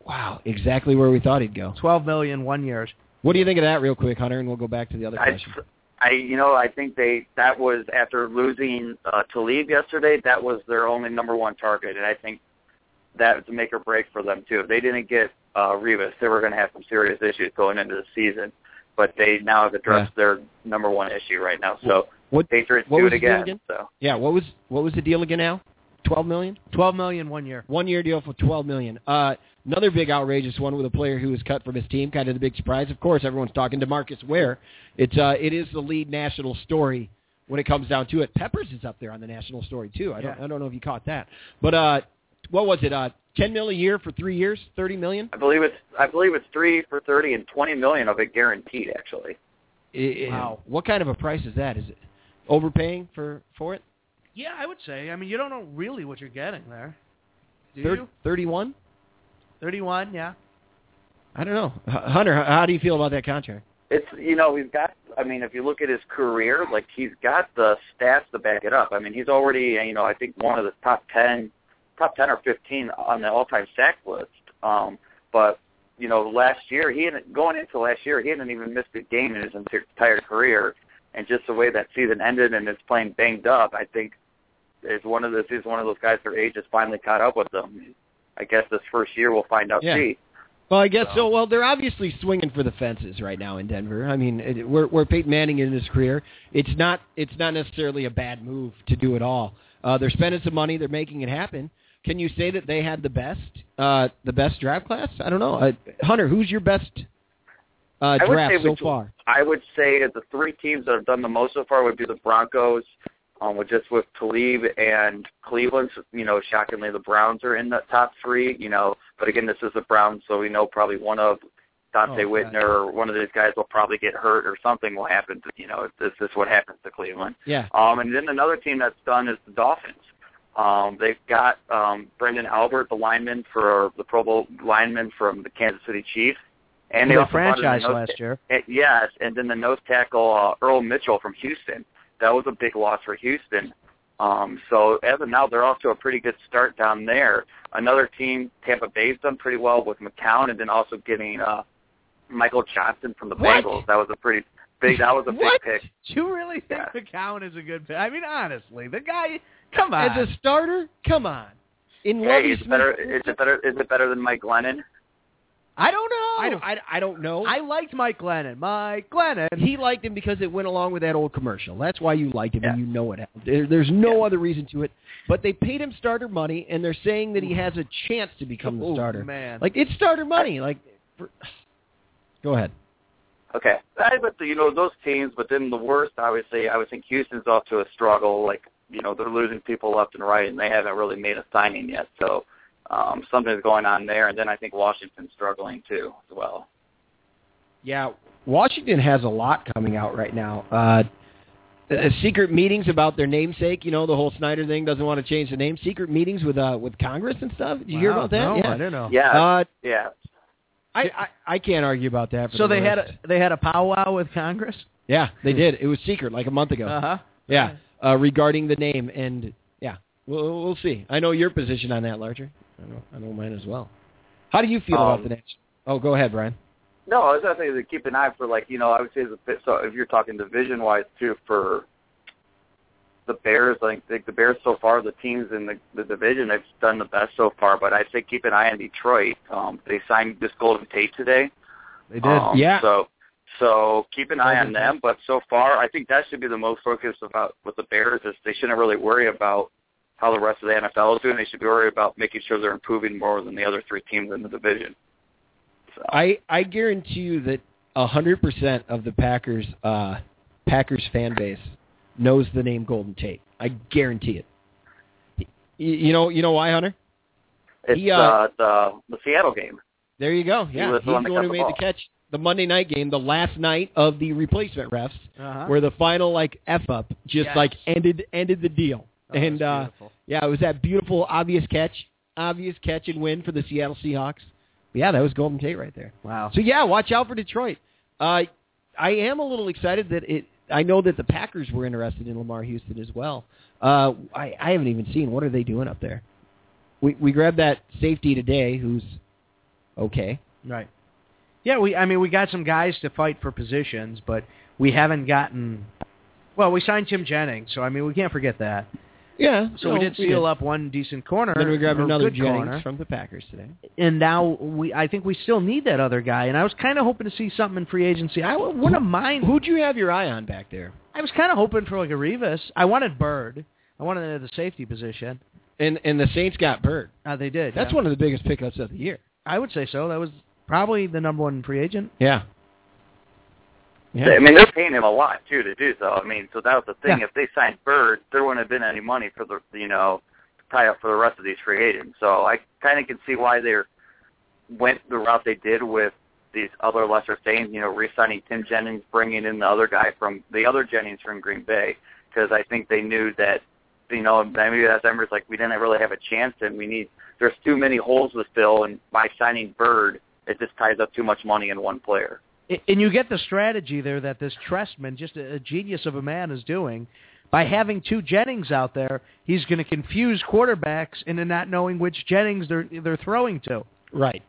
B: Wow, exactly where we thought he'd go.
C: Twelve million one years.
B: What do you think of that, real quick, Hunter? And we'll go back to the other
A: I,
B: question.
A: I, you know, I think they that was after losing uh, Talib yesterday. That was their only number one target, and I think that was a make or break for them too. If they didn't get uh, Rivas, they were going to have some serious issues going into the season. But they now have addressed their number one issue right now. So
B: What-
A: Patriots
B: what
A: do
B: was his
A: it
B: name
A: again.
B: again?
A: So
B: Yeah, what was what was the deal again, Al? Twelve million.
C: Twelve million one year.
B: One year deal for twelve million. Uh, another big outrageous one with a player who was cut from his team. Kind of the big surprise. Of course, everyone's talking to Marcus Ware. It's uh, it is the lead national story when it comes down to it. Peppers is up there on the national story too. I don't
C: Yeah.
B: I don't know if you caught that, but uh, what was it? Uh, ten mil a year for three years, thirty million.
A: I believe it's I believe it's three for thirty and twenty million of it guaranteed actually.
B: I- I-
C: Wow.
B: What kind of a price is that? Is it overpaying for for it?
C: Yeah, I would say. I mean, you don't know really what you're getting there. Do you?
B: Thirty-one.
C: 31, yeah.
B: I don't know, H- Hunter. h- How do you feel about that contract?
A: It's you know he's got. I mean, if you look at his career, like he's got the stats to back it up. I mean, he's already you know I think one of the top ten, top ten or fifteen on the all-time sack list. Um, but you know last year he hadn't going into last year he hadn't even missed a game in his entire career, and just the way that season ended and his playing banged up, I think is one of those he's one of those guys their age has finally caught up with them. I guess this first year we'll find out.
B: Yeah.
A: See,
B: Well, I guess
A: So-
B: so. Well, they're obviously swinging for the fences right now in Denver. I mean, it, where, where Peyton Manning is in his career, it's not it's not necessarily a bad move to do it all. Uh, they're spending some money. They're making it happen. Can you say that they had the best uh, the best draft class? I don't know, uh, Hunter. Who's your best uh,
A: I would say
B: draft so
A: we-
B: far?
A: I would say that the three teams that have done the most so far would be the Broncos, um, with just with Talib and Cleveland. So, You know, shockingly, the Browns are in the top three. You know, but again, this is the Browns, so we know probably one of Dante
C: Oh, God.
A: Whitner or one of these guys will probably get hurt or something will happen. To, you know, if this is what happens to Cleveland.
B: Yeah,
A: Um, and then another team that's done is the Dolphins. Um, they've got um, Brendan Albert, the lineman for the Pro Bowl lineman from the Kansas City Chiefs, and they
C: the
A: also brought in a
C: franchise
A: nose-
C: last year.
A: and- Eh, yes, and then the nose tackle uh, Earl Mitchell from Houston. That was a big loss for Houston. Um, so as of now, they're also a pretty good start down there. Another team, Tampa Bay's done pretty well with McCown, and then also getting uh, Michael Johnson from the
B: What?
A: Bengals. That was a pretty big. That was a big
B: What?
A: pick.
C: Do you really think
A: Yeah.
C: McCown is a good pick? I mean, honestly, the guy, come on.
B: as a starter, come on. In
A: Hey,
B: Lovey
A: is it better?
B: Smith-
A: Is it better? Is it better than Mike Lennon?
C: I don't know.
B: I don't, I, I don't know.
C: I liked Mike Glennon. Mike Glennon.
B: he liked him because it went along with that old commercial. That's why you liked him, and
A: Yeah.
B: you know it. There, there's no
A: Yeah.
B: other reason to it. But they paid him starter money, and they're saying that he has a chance to become the
C: oh,
B: starter.
C: man.
B: Like it's starter money. Like, for, go ahead.
A: Okay, I, but you know those teams. But then the worst, obviously, I would think Houston's off to a struggle. Like you know they're losing people left and right, and they haven't really made a signing yet. So um, something's going on there. And then I think Washington's struggling too as well.
B: Yeah, Washington has a lot coming out right now. Uh, uh, secret meetings about their namesake. You know, the whole Snyder thing doesn't want to change the name. Secret meetings with uh, with Congress and stuff. Did you hear
C: Wow,
B: about that?
C: no, I
B: yeah.
C: don't know.
A: Yeah,
B: Uh,
A: yeah.
B: I, I I can't argue about that. For
C: So
B: the
C: they had
B: rest.
C: a, they had a powwow with Congress.
B: yeah, they did. It was secret, like a month ago.
A: Uh-huh.
C: huh.
B: Yeah, uh, regarding the name, and yeah, we'll, we'll see. I know your position on that, Larger. I know, I know mine as well. How do you feel
A: Um,
B: about the next? Oh, go ahead, Brian.
A: No, I was just saying to keep an eye for like you know I would say the so if you're talking division wise too for the Bears, I think the Bears so far the teams in the, the division have done the best so far. But I say keep an eye on Detroit. Um, they signed this Golden Tate today.
C: They did.
A: Um,
B: Yeah.
A: So so keep an eye on
B: Golden
A: them. But so far, I think that should be the most focus about with the Bears is they shouldn't really worry about how the rest of the NFL is doing. They should be worried about making sure they're improving more than the other three teams in the division. So
B: I I guarantee you that hundred percent of the Packers uh, Packers fan base knows the name Golden Tate. I guarantee it. Y- You know, you know why, Hunter?
A: it's
B: He, uh,
A: uh, the the Seattle game.
B: There you go. Yeah,
A: was
B: he's
A: the one that
B: one
A: got
B: who
A: the
B: made the
A: ball.
B: catch. The Monday night game, the last night of the replacement refs,
C: Uh-huh.
B: where the final like f up just
C: Yes.
B: like ended ended the deal.
C: Oh, that's
B: and uh,
C: beautiful.
B: yeah, it was that beautiful obvious catch, obvious catch and win for the Seattle Seahawks. But yeah, that was Golden Tate right there.
C: wow.
B: So yeah, watch out for Detroit. Uh, I am a little excited that it. I know that the Packers were interested in Lamar Houston as well. Uh, I, I haven't even seen what are they doing up there. We we grabbed that safety today, who's okay.
C: Right. Yeah, we. I mean, we got some guys to fight for positions, but we haven't gotten. Well, we signed Tim Jennings, so I mean, we can't forget that.
B: Yeah,
C: So we did seal up one decent corner.
B: Then we grabbed
C: or
B: another
C: good
B: Jennings
C: corner,
B: from the Packers today.
C: and now we. I think we still need that other guy, and I was kind of hoping to see something in free agency. I w- wouldn't mind.
B: Who'd you have your eye on back there?
C: I was kind of hoping for like a Revis. I wanted Bird. I wanted the safety position.
B: And and the Saints got Bird.
C: Uh, they did.
B: That's
C: yeah.
B: one of the biggest pickups of the year.
C: I would say so. That was probably the number one free agent.
B: Yeah.
A: I mean, they're paying him a lot too to do so. I mean, so that was the thing.
C: Yeah.
A: If they signed Bird, there wouldn't have been any money for the you know tie up for the rest of these free agents. So I kind of can see why they went the route they did with these other lesser things. You know, re-signing Tim Jennings, bringing in the other guy from the other Jennings from Green Bay, because I think they knew that you know maybe that's Ember's like we didn't really have a chance, and we need there's too many holes to fill, and by signing Bird, it just ties up too much money in one player.
C: And you get the strategy there that this Trestman, just a a genius of a man, is doing. By having two Jennings out there, he's going to confuse quarterbacks into not knowing which Jennings they're they're throwing to.
B: Right.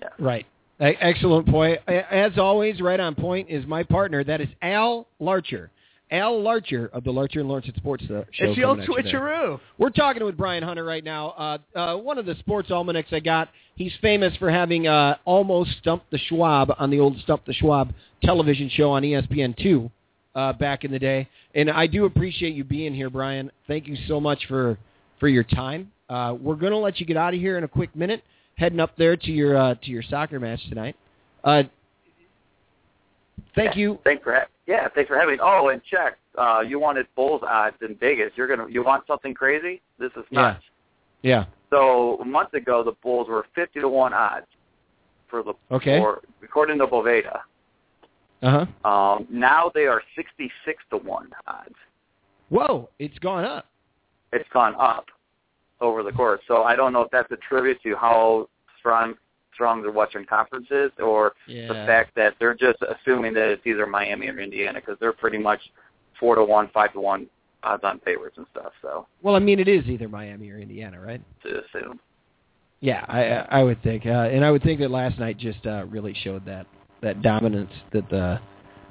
A: Yeah.
B: Right. E- Excellent point. A- As always, right on point is my partner. That is Al Larcher. Al Larcher of the Larcher and Lawrence Sports uh, Show.
C: it's the old
B: coming at you there.
C: switcheroo.
B: We're talking with Brian Hunter right now. Uh, uh, one of the sports almanacs I got, he's famous for having uh, almost stumped the Schwab on the old Stump the Schwab television show on E ESPN2 uh, back in the day. And I do appreciate you being here, Brian. Thank you so much for, for your time. Uh, we're going to let you get out of here in a quick minute, heading up there to your, uh, to your soccer match tonight. Uh, thank you.
A: Thanks for ha- yeah, thanks for having. me. Oh, and check. Uh, you wanted Bulls odds in Vegas. You're gonna you want something crazy? This is
B: Yeah.
A: nuts.
B: Yeah.
A: So a month ago, the Bulls were fifty to one odds for the
B: Okay.
A: for according to Boveda.
B: Uh-huh.
A: Um, now they are sixty six to one odds.
B: Whoa, it's gone up.
A: It's gone up over the course. So I don't know if that's a tribute to how strong strong the Western Conference is, or
B: Yeah.
A: the fact that they're just assuming that it's either Miami or Indiana because they're pretty much four to one, five to one odds on favorites and stuff. So
B: Well, I mean, it is either Miami or Indiana, right?
A: to assume.
B: Yeah, I I I would think, uh, and I would think that last night just uh, really showed that that dominance that the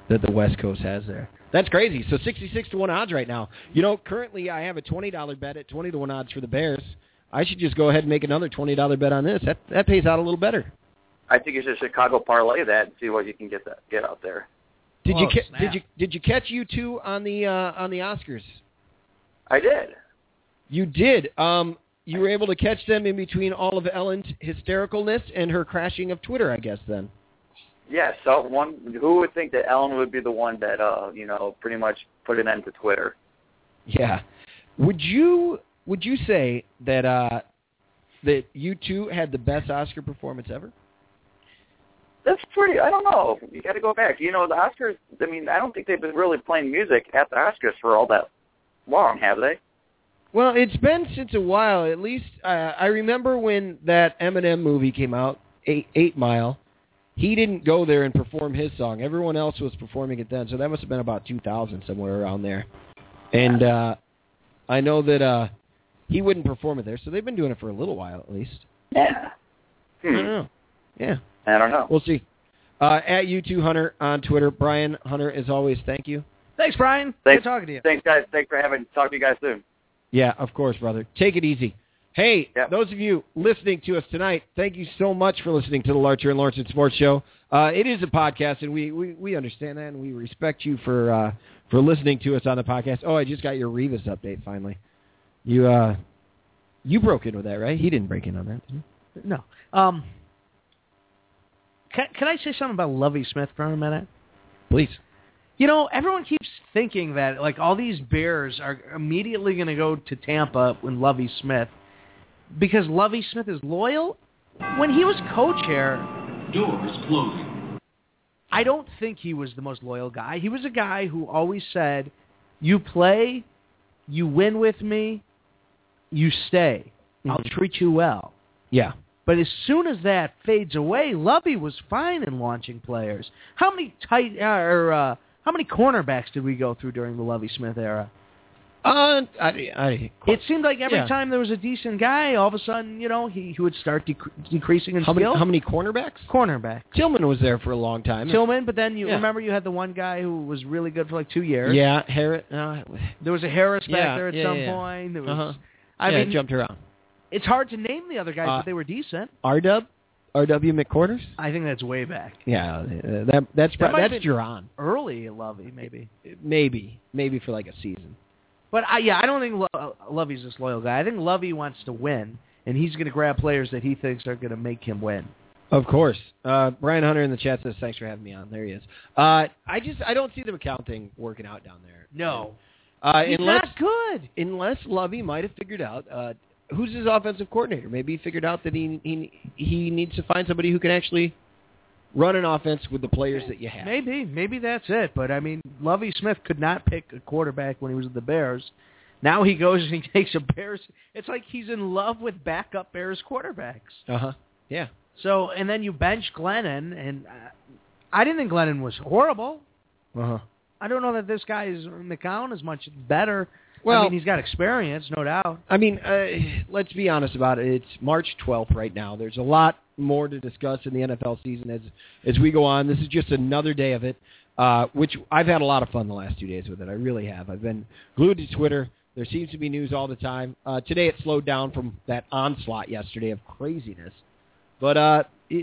B: that the West Coast has there. That's crazy. So sixty six to one odds right now. You know, currently I have a twenty dollar bet at twenty to one odds for the Bears. I should just go ahead and make another twenty dollar bet on this. That that pays out a little better.
A: I think you should Chicago parlay that and see what you can get that get out there.
B: Did you
C: Oh,
B: ca-
C: snap.
B: did you did you catch you two on the uh, on the Oscars?
A: I did.
B: You did. Um, you were able to catch them in between all of Ellen's hystericalness and her crashing of Twitter, I guess. Then.
A: Yeah, so one who would think that Ellen would be the one that uh, you know, pretty much put an end to Twitter.
B: Yeah. Would you would you say that uh that you two had the best Oscar performance ever?
A: That's pretty I don't know. You gotta go back. You know, the Oscars I mean, I don't think they've been really playing music at the Oscars for all that long, have they?
B: Well, it's been since a while. At least uh, I remember when that Eminem movie came out, Eight, Eight Mile. He didn't go there and perform his song. Everyone else was performing it then, so that must have been about 2000 somewhere around there. And uh I know that uh he wouldn't perform it there, so they've been doing it for a little while at least.
A: Yeah.
B: I don't
A: Hmm.
B: know. Yeah.
A: I don't know.
B: We'll see. Uh, at you two Hunter on Twitter. Brian Hunter, as always, thank you.
C: Thanks, Brian.
A: Thanks.
C: Good talking to you.
A: Thanks guys, thanks for having talk to you guys soon.
B: Yeah, of course, brother. Take it easy. Hey,
A: Yeah.
B: those of you listening to us tonight, thank you so much for listening to the Larcher and Lawrence Sports Show. Uh, it is a podcast, and we, we, we understand that, and we respect you for uh, for listening to us on the podcast. Oh, I just got your Revis update finally. You uh, you broke in with that, right? He didn't break in on that. Did
C: No. Um, can, can I say something about Lovey Smith for a minute?
B: he? Please.
C: You know, everyone keeps thinking that like all these Bears are immediately going to go to Tampa when Lovey Smith, because Lovey Smith is loyal. When he was co-chair,
D: Doors closing.
C: I don't think he was the most loyal guy. He was a guy who always said, "You play, you win with me, you stay. I'll
B: Mhm.
C: treat you well."
B: Yeah.
C: But as soon as that fades away, Lovey was fine in launching players. How many tight uh, or uh, how many cornerbacks did we go through during the Lovey Smith era?
B: Uh, I, I,
C: It seemed like every
B: Yeah.
C: time there was a decent guy, all of a sudden, you know, he, he would start dec- decreasing in
B: how many
C: skill.
B: how many cornerbacks?
C: cornerback
B: Tillman was there for a long time.
C: Tillman, but then you
B: Yeah.
C: remember you had the one guy who was really good for like two years.
B: Yeah, Harriet. Uh,
C: There was a Harris back
B: Yeah,
C: there at
B: yeah,
C: some
B: yeah.
C: point. There was,
B: uh-huh.
C: I
B: yeah,
C: mean,
B: jumped around.
C: it's hard to name the other guys,
B: Uh,
C: but they were decent.
B: R Dub, R W McQuarters.
C: I think that's way back.
B: Yeah, uh, that that's
C: That
B: that
C: might have
B: that's
C: been-
B: Duran.
C: Early Lovey, maybe.
B: Maybe maybe for like a season.
C: But I, yeah, I don't think Lo- uh, Lovey's this loyal guy. I think Lovey wants to win, and he's going to grab players that he thinks are going to make him win.
B: Of course, uh, Brian Hunter in the chat says thanks for having me on. There he is. Uh, I just I don't see the McCown thing working out down there. Uh,
C: He's
B: unless
C: not good.
B: unless Lovey might have figured out uh, who's his offensive coordinator. Maybe he figured out that he he he needs to find somebody who can actually run an offense with the players that you have.
C: Maybe, maybe that's it. But I mean, Lovey Smith could not pick a quarterback when he was with the Bears. Now he goes and he takes a Bears. It's like he's in love with backup Bears quarterbacks.
B: Uh huh. Yeah.
C: So, and then you bench Glennon, and uh, I didn't think Glennon was horrible.
B: Uh
C: Uh-huh.
B: huh.
C: I don't know that this guy is McCown is much better.
B: Well,
C: I mean, he's got experience, no doubt.
B: I mean, uh, let's be honest about it. It's March 12th right now. There's a lot more to discuss in the NFL season as as we go on. This is just another day of it, uh, which I've had a lot of fun the last two days with it. I really have. I've been glued to Twitter. There seems to be news all the time. Uh, today it slowed down from that onslaught yesterday of craziness, but uh, it,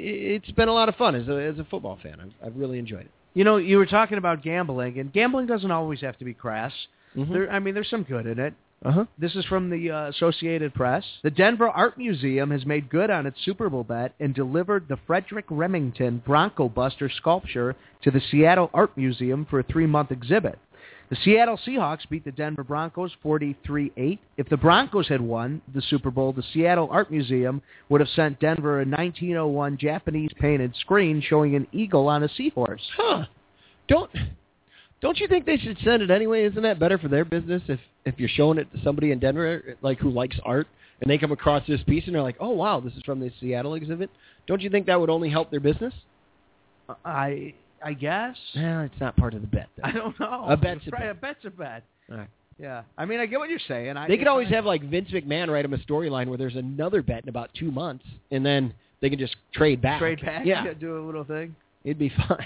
B: it's been a lot of fun as a, as a football fan. I've, I've really enjoyed it.
C: You know, you were talking about gambling, and gambling doesn't always have to be crass.
B: Mhm.
C: There, I mean, there's some good in it.
B: Uh-huh.
C: This is from the uh, Associated Press. The Denver Art Museum has made good on its Super Bowl bet and delivered the Frederick Remington Bronco Buster sculpture to the Seattle Art Museum for a three-month exhibit. The Seattle Seahawks beat the Denver Broncos 43-8. If the Broncos had won the Super Bowl, the Seattle Art Museum would have sent Denver a 1901 Japanese painted screen showing an eagle on a seahorse.
B: Huh. Don't don't you think they should send it anyway? Isn't that better for their business if if you're showing it to somebody in Denver like who likes art and they come across this piece and they're like, "Oh wow, this is from the Seattle exhibit." Don't you think that would only help their business?
C: I I guess.
B: Well, it's not part of the bet.
C: I don't know.
B: A bet's a
C: Right,
B: bet.
C: A bet's a bet.
B: All right.
C: Yeah. I mean, I get what you're saying. I,
B: They could
C: it's
B: always
C: not-
B: have like Vince McMahon write them a storyline where there's another bet in about two months, and then they can just trade back.
C: trade back.
B: Yeah,
C: Do a little thing.
B: it'd be fun.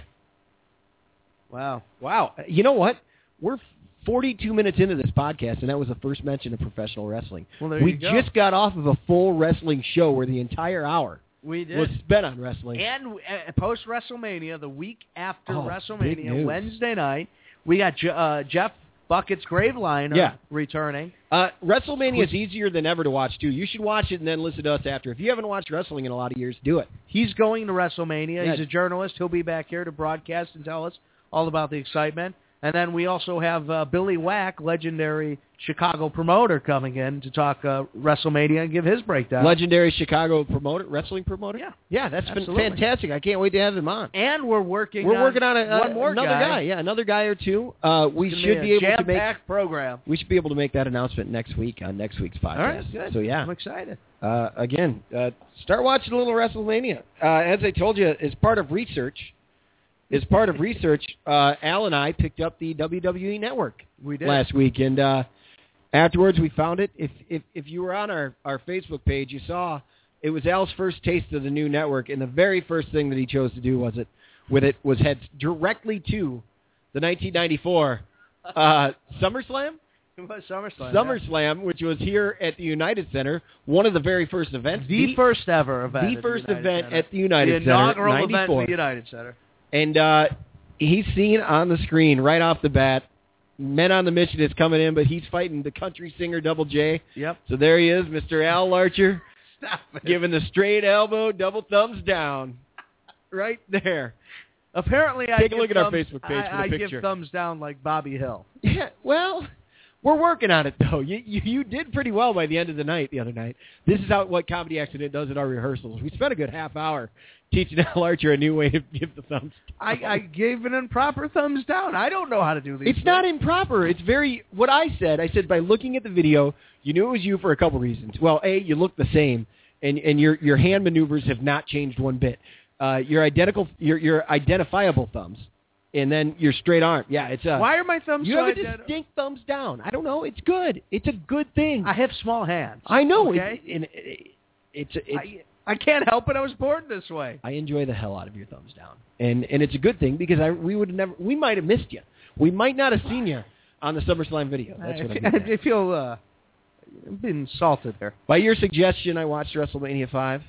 C: Wow.
B: Wow. Uh, You know what? We're 42 minutes into this podcast, and that was the first mention of professional wrestling.
C: Well, there
B: we
C: you go.
B: just got off of a full wrestling show where the entire hour
C: We
B: was spent on wrestling.
C: And uh, post WrestleMania, the week after
B: Oh, big
C: WrestleMania,
B: news.
C: Wednesday night, we got Je- uh, Jeff Bucket's Graveliner
B: Yeah.
C: returning.
B: Uh, WrestleMania is easier than ever to watch, too. You should watch it and then listen to us after. If you haven't watched wrestling in a lot of years, do it.
C: He's going to WrestleMania.
B: Yeah.
C: He's a journalist. He'll be back here to broadcast and tell us all about the excitement. And then we also have uh, Billy Wack, legendary Chicago promoter, coming in to talk uh, WrestleMania and give his breakdown.
B: Legendary Chicago promoter, wrestling promoter.
C: Yeah.
B: yeah, that's been
C: Absolutely.
B: fantastic. I can't wait to have him on.
C: and we're working.
B: We're working on a, uh,
C: one more
B: another guy. Yeah, another guy or two. Uh, we
C: It's gonna
B: should
C: a
B: be able to make.
C: jam-packed program.
B: We should be able to make that announcement next week on next week's podcast.
C: All right, good.
B: So yeah,
C: I'm excited.
B: uh, again, uh, start watching a little WrestleMania. Uh, as I told you, as part of research, as part of research, uh, Al and I picked up the WWE Network
C: We did.
B: last week, and uh, afterwards we found it. If if if you were on our our Facebook page, you saw it was Al's first taste of the new network, and the very first thing that he chose to do was it with it was head directly to the 1994 uh, SummerSlam.
C: It was SummerSlam.
B: SummerSlam, which was here at the United Center, one of the very first
C: yeah.
B: events,
C: the, first ever event.
B: the
C: at
B: first
C: United
B: event
C: Center.
B: at the United
C: the
B: Center,
C: inaugural event
B: 94.
C: at the United Center.
B: and uh, he's seen on the screen right off the bat. Men on the Mission is coming in, but he's fighting the country singer Double J.
C: Yep.
B: So there he is, Mr. Al Larcher,
C: Stop it.
B: giving the straight elbow, double thumbs down, right there.
C: Apparently, I
B: Take a
C: give
B: look at our
C: thumbs-
B: Facebook page for the
C: I, I
B: picture.
C: give thumbs down like Bobby Hill.
B: Yeah, well, we're working on it though. You, you you did pretty well by the end of the night the other night. This is how what comedy accident does at our rehearsals. We spent a good half hour teaching Al Archer a new way to give the thumbs.
C: I, I gave an improper thumbs down. I don't know how to do these.
B: It's not improper. It's very what I said. I said by looking at the video, you knew it was you for a couple reasons. Well, a you look the same, and and your your hand maneuvers have not changed one bit. Uh, your identical your your identifiable thumbs, and then your straight arm. Yeah, it's a.
C: things. Why are my thumbs
B: you
C: so
B: have a
C: identi-
B: distinct thumbs down. I don't know. It's good. It's a good thing.
C: I have small hands.
B: I know.
C: Okay?
B: It, and it, it's, it's,
C: I, I can't help it. I was born this way.
B: I enjoy the hell out of your thumbs down, and and it's a good thing because I we would never we might have missed you. We might not have seen you on the SummerSlam video. That's what I'm
C: I,
B: getting
C: I
B: at.
C: feel uh, I've been insulted there.
B: By your suggestion, I watched WrestleMania five.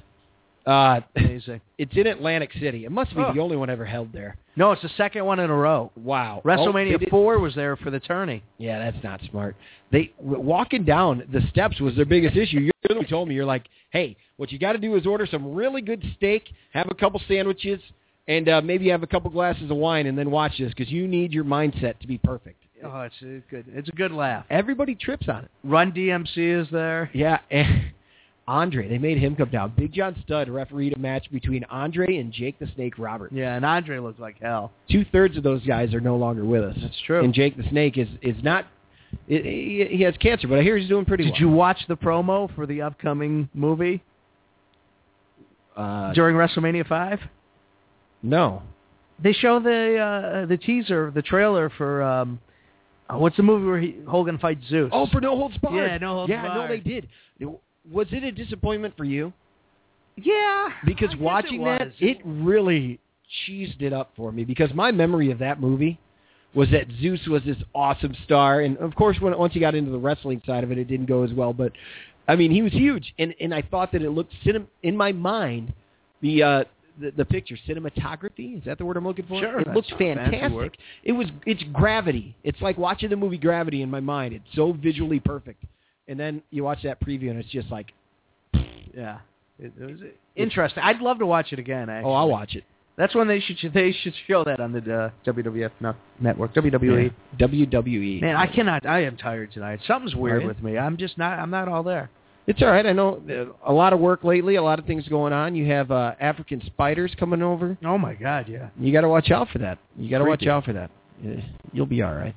B: Uh,
C: Amazing.
B: it's in Atlantic City. It must be
C: Oh.
B: the only one ever held there.
C: No, it's the second one in a row.
B: Wow. Oh, they
C: WrestleMania
B: did-
C: 4 was there for the tourney.
B: Yeah, that's not smart. They w- walking down the steps was their biggest issue. You literally told me you're like, hey, what you got to do is order some really good steak, have a couple sandwiches, and uh, maybe have a couple glasses of wine, and then watch this because you need your mindset to be perfect.
C: Oh, it's a good. It's a good laugh.
B: Everybody trips on it.
C: Run DMC is there.
B: Yeah, and Andre, they made him come down. Big John Studd refereed a match between Andre and Jake the Snake Roberts.
C: Yeah, and Andre looked like hell.
B: Two thirds of those guys are no longer with us.
C: That's true.
B: And Jake the Snake is is not. i i he has cancer, but I hear he's doing pretty
C: Did you watch the promo for the upcoming movie
B: well. Uh,
C: during WrestleMania Five?
B: no,
C: They show the uh, the teaser, the trailer for um, uh, what's the movie where he, Hogan fights Zeus?
B: Oh, for No Holds Barred.
C: Yeah, No Holds
B: yeah, I know
C: Barred.
B: they did. Was it a disappointment for you?
C: yeah.
B: Because
C: I guess
B: watching
C: it
B: that,
C: was.
B: it really cheesed it up for me. Because my memory of that movie was that Zeus was this awesome star, and of course, when once he got into the wrestling side of it, it didn't go as well. But I mean, he was huge, and and I thought that it looked cinem- in my mind the. uh the, the picture cinematography is that the word I'm looking for?
C: Sure,
B: it
C: that's
B: looked
C: not a fancy word.
B: fantastic. It was it's gravity. It's like watching the movie Gravity in my mind. It's so visually perfect, and then you watch that preview and it's just like,
C: yeah. It, it was interesting. I'd love to watch it again. Actually.
B: oh, I'll watch it.
C: That's when they should they should show that on the uh, WWF no- network. WWE.
B: Yeah. E. WWE.
C: E. Man, I cannot. I am tired tonight. Something's weird
B: Right.
C: with me. I'm just not. I'm not all there.
B: It's all right. I know uh, a lot of work lately, a lot of things going on. You have uh, African spiders coming over.
C: Oh my God, yeah.
B: You got to watch out for that. You got to watch
C: Creepy.
B: out for that. Uh, You'll be all right.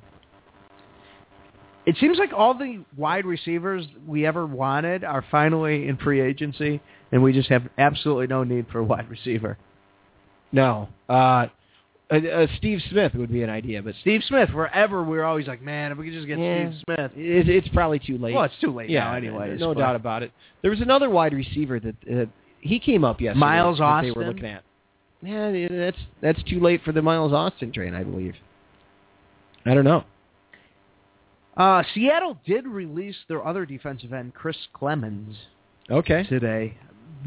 C: It seems like all the wide receivers we ever wanted are finally in free agency, and we just have absolutely no need for a wide receiver.
B: No, uh, uh, uh, Steve Smith would be an idea, but
C: Steve Smith, wherever we are always like, man, if we could just get
B: Yeah.
C: Steve Smith.
B: it, it's probably too late.
C: Well, it's too late
B: yeah,
C: now, anyways.
B: no
C: but-
B: doubt about it. There was another wide receiver that uh, he came up yesterday.
C: Miles
B: that They were
C: Austin?
B: looking at. Yeah, that's that's too late for the Miles Austin train, I believe. I don't know.
C: Uh, Seattle did release their other defensive end, Chris Clemens,
B: Okay.
C: today.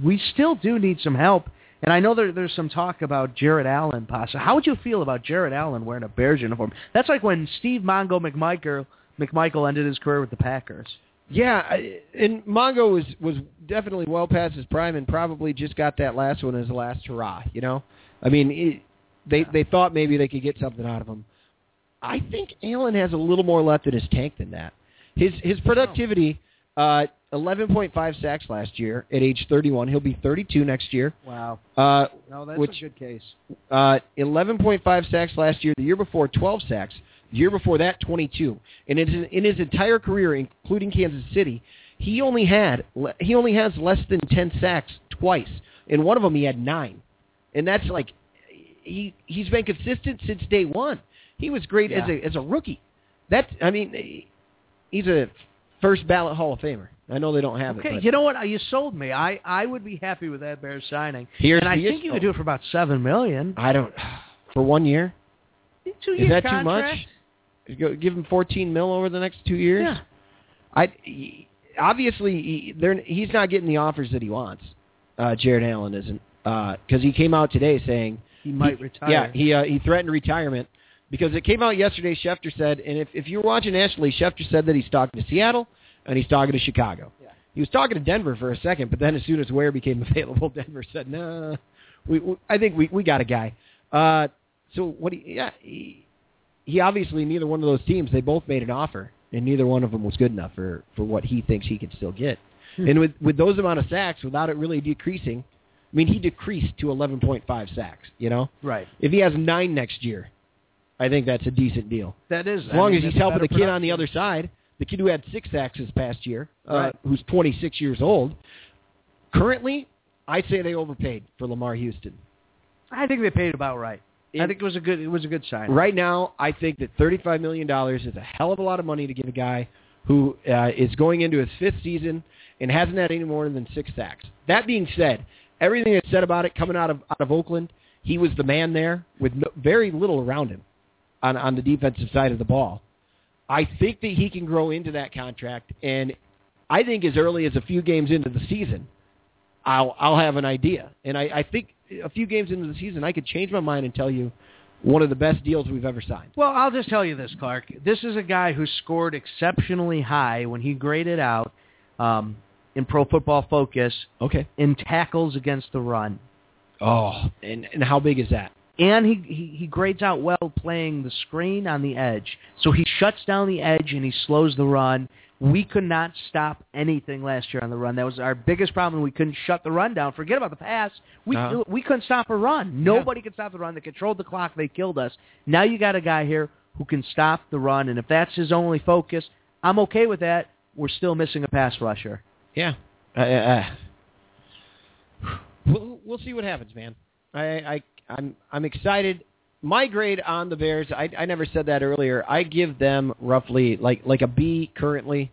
C: We still do need some help, and I know there, there's some talk about Jared Allen possibly. How would you feel about Jared Allen wearing a Bears uniform? That's like when Steve Mongo McMichael, McMichael ended his career with the Packers.
B: Yeah, I- and Mongo was was definitely well past his prime, and probably just got that last one as the last hurrah. You know, I mean, it, they they thought maybe they could get something out of him. I think Allen has a little more left in his tank than that. His his productivity, uh, eleven point five sacks last year at age thirty one. He'll be thirty two next year.
C: Wow.
B: Uh,
C: No, that's
B: a Which-
C: good case.
B: uh, 11.5 sacks last year. The year before, 12 sacks. The year before that, 22. And in his, in his entire career, including Kansas City, he only had le- he only has less than 10 sacks twice. In one of them, he had nine, and that's like he he's been consistent since day one. He was great as
C: Yeah.
B: a as a rookie. That I mean, he's a first ballot Hall of Famer. I know they don't have it.
C: Okay,
B: but-
C: you know what? You sold me. I, I would be happy with that Bears signing.
B: Here's
C: and I
B: the
C: think you
B: issue.
C: could do it for about seven million.
B: I don't for one year.
C: Two
B: Is
C: year
B: that
C: contract.
B: too much? Go, give him 14 mil over the next two years.
C: Yeah.
B: I he- obviously he, they're, he's not getting the offers that he wants. Uh, Jared Allen isn't because he came out today saying
C: He might
B: he-
C: retire.
B: Yeah, he uh, he threatened retirement because it came out yesterday. Schefter said, and if if you were watching nationally, Schefter said that he's talking to Seattle and he's talking to Chicago.
C: Yeah.
B: He was talking to Denver for a second, but then as soon as Ware became available, Denver said, "Nah, we, we I think we we got a guy." Uh, so what? He, yeah, he, he obviously neither one of those teams. They both made an offer, and neither one of them was good enough for for what he thinks he can still get.
C: Hmm.
B: And with with those amount of sacks, without it really decreasing, I mean, he decreased to 11.5 sacks. You know,
C: Right.
B: if he has nine next year, I think that's a decent deal.
C: That is.
B: As
C: I
B: long
C: mean,
B: as he's
C: that's
B: helping
C: better
B: the kid on the
C: production.
B: other side, the kid who had six sacks this past year, uh,
C: Right.
B: who's 26 years old. Currently, I say they overpaid for Lamar Houston.
C: I think they paid about right. I
B: In-
C: think it was a good. It was a good sign.
B: Right now, I think that $35 million is a hell of a lot of money to give a guy who uh, is going into his fifth season and hasn't had any more than six sacks. That being said, everything that's said about it coming out of, out of Oakland, he was the man there with no, very little around him on, on the defensive side of the ball. I think that he can grow into that contract, and I think as early as a few games into the season, I'll I'll have an idea. And I, I think a few games into the season, I could change my mind and tell you one of the best deals we've ever signed.
C: Well, I'll just tell you this, Clark. This is a guy who scored exceptionally high when he graded out um, in Pro Football Focus
B: Okay.
C: in tackles against the run.
B: Oh, and and how big is that?
C: and he, he he grades out well playing the screen on the edge. So he shuts down the edge and he slows the run. We could not stop anything last year on the run. That was our biggest problem. We couldn't shut the run down. Forget about the pass. We
B: Uh-huh.
C: we couldn't stop a run. Nobody could stop the run. They controlled the clock. They killed us. Now you got a guy here who can stop the run, and if that's his only focus, I'm okay with that. We're still missing a pass rusher.
B: Yeah. I, I, I- we'll we'll see what happens, man. I, I I'm I'm excited. My grade on the Bears, I I never said that earlier. I give them roughly like like a B currently,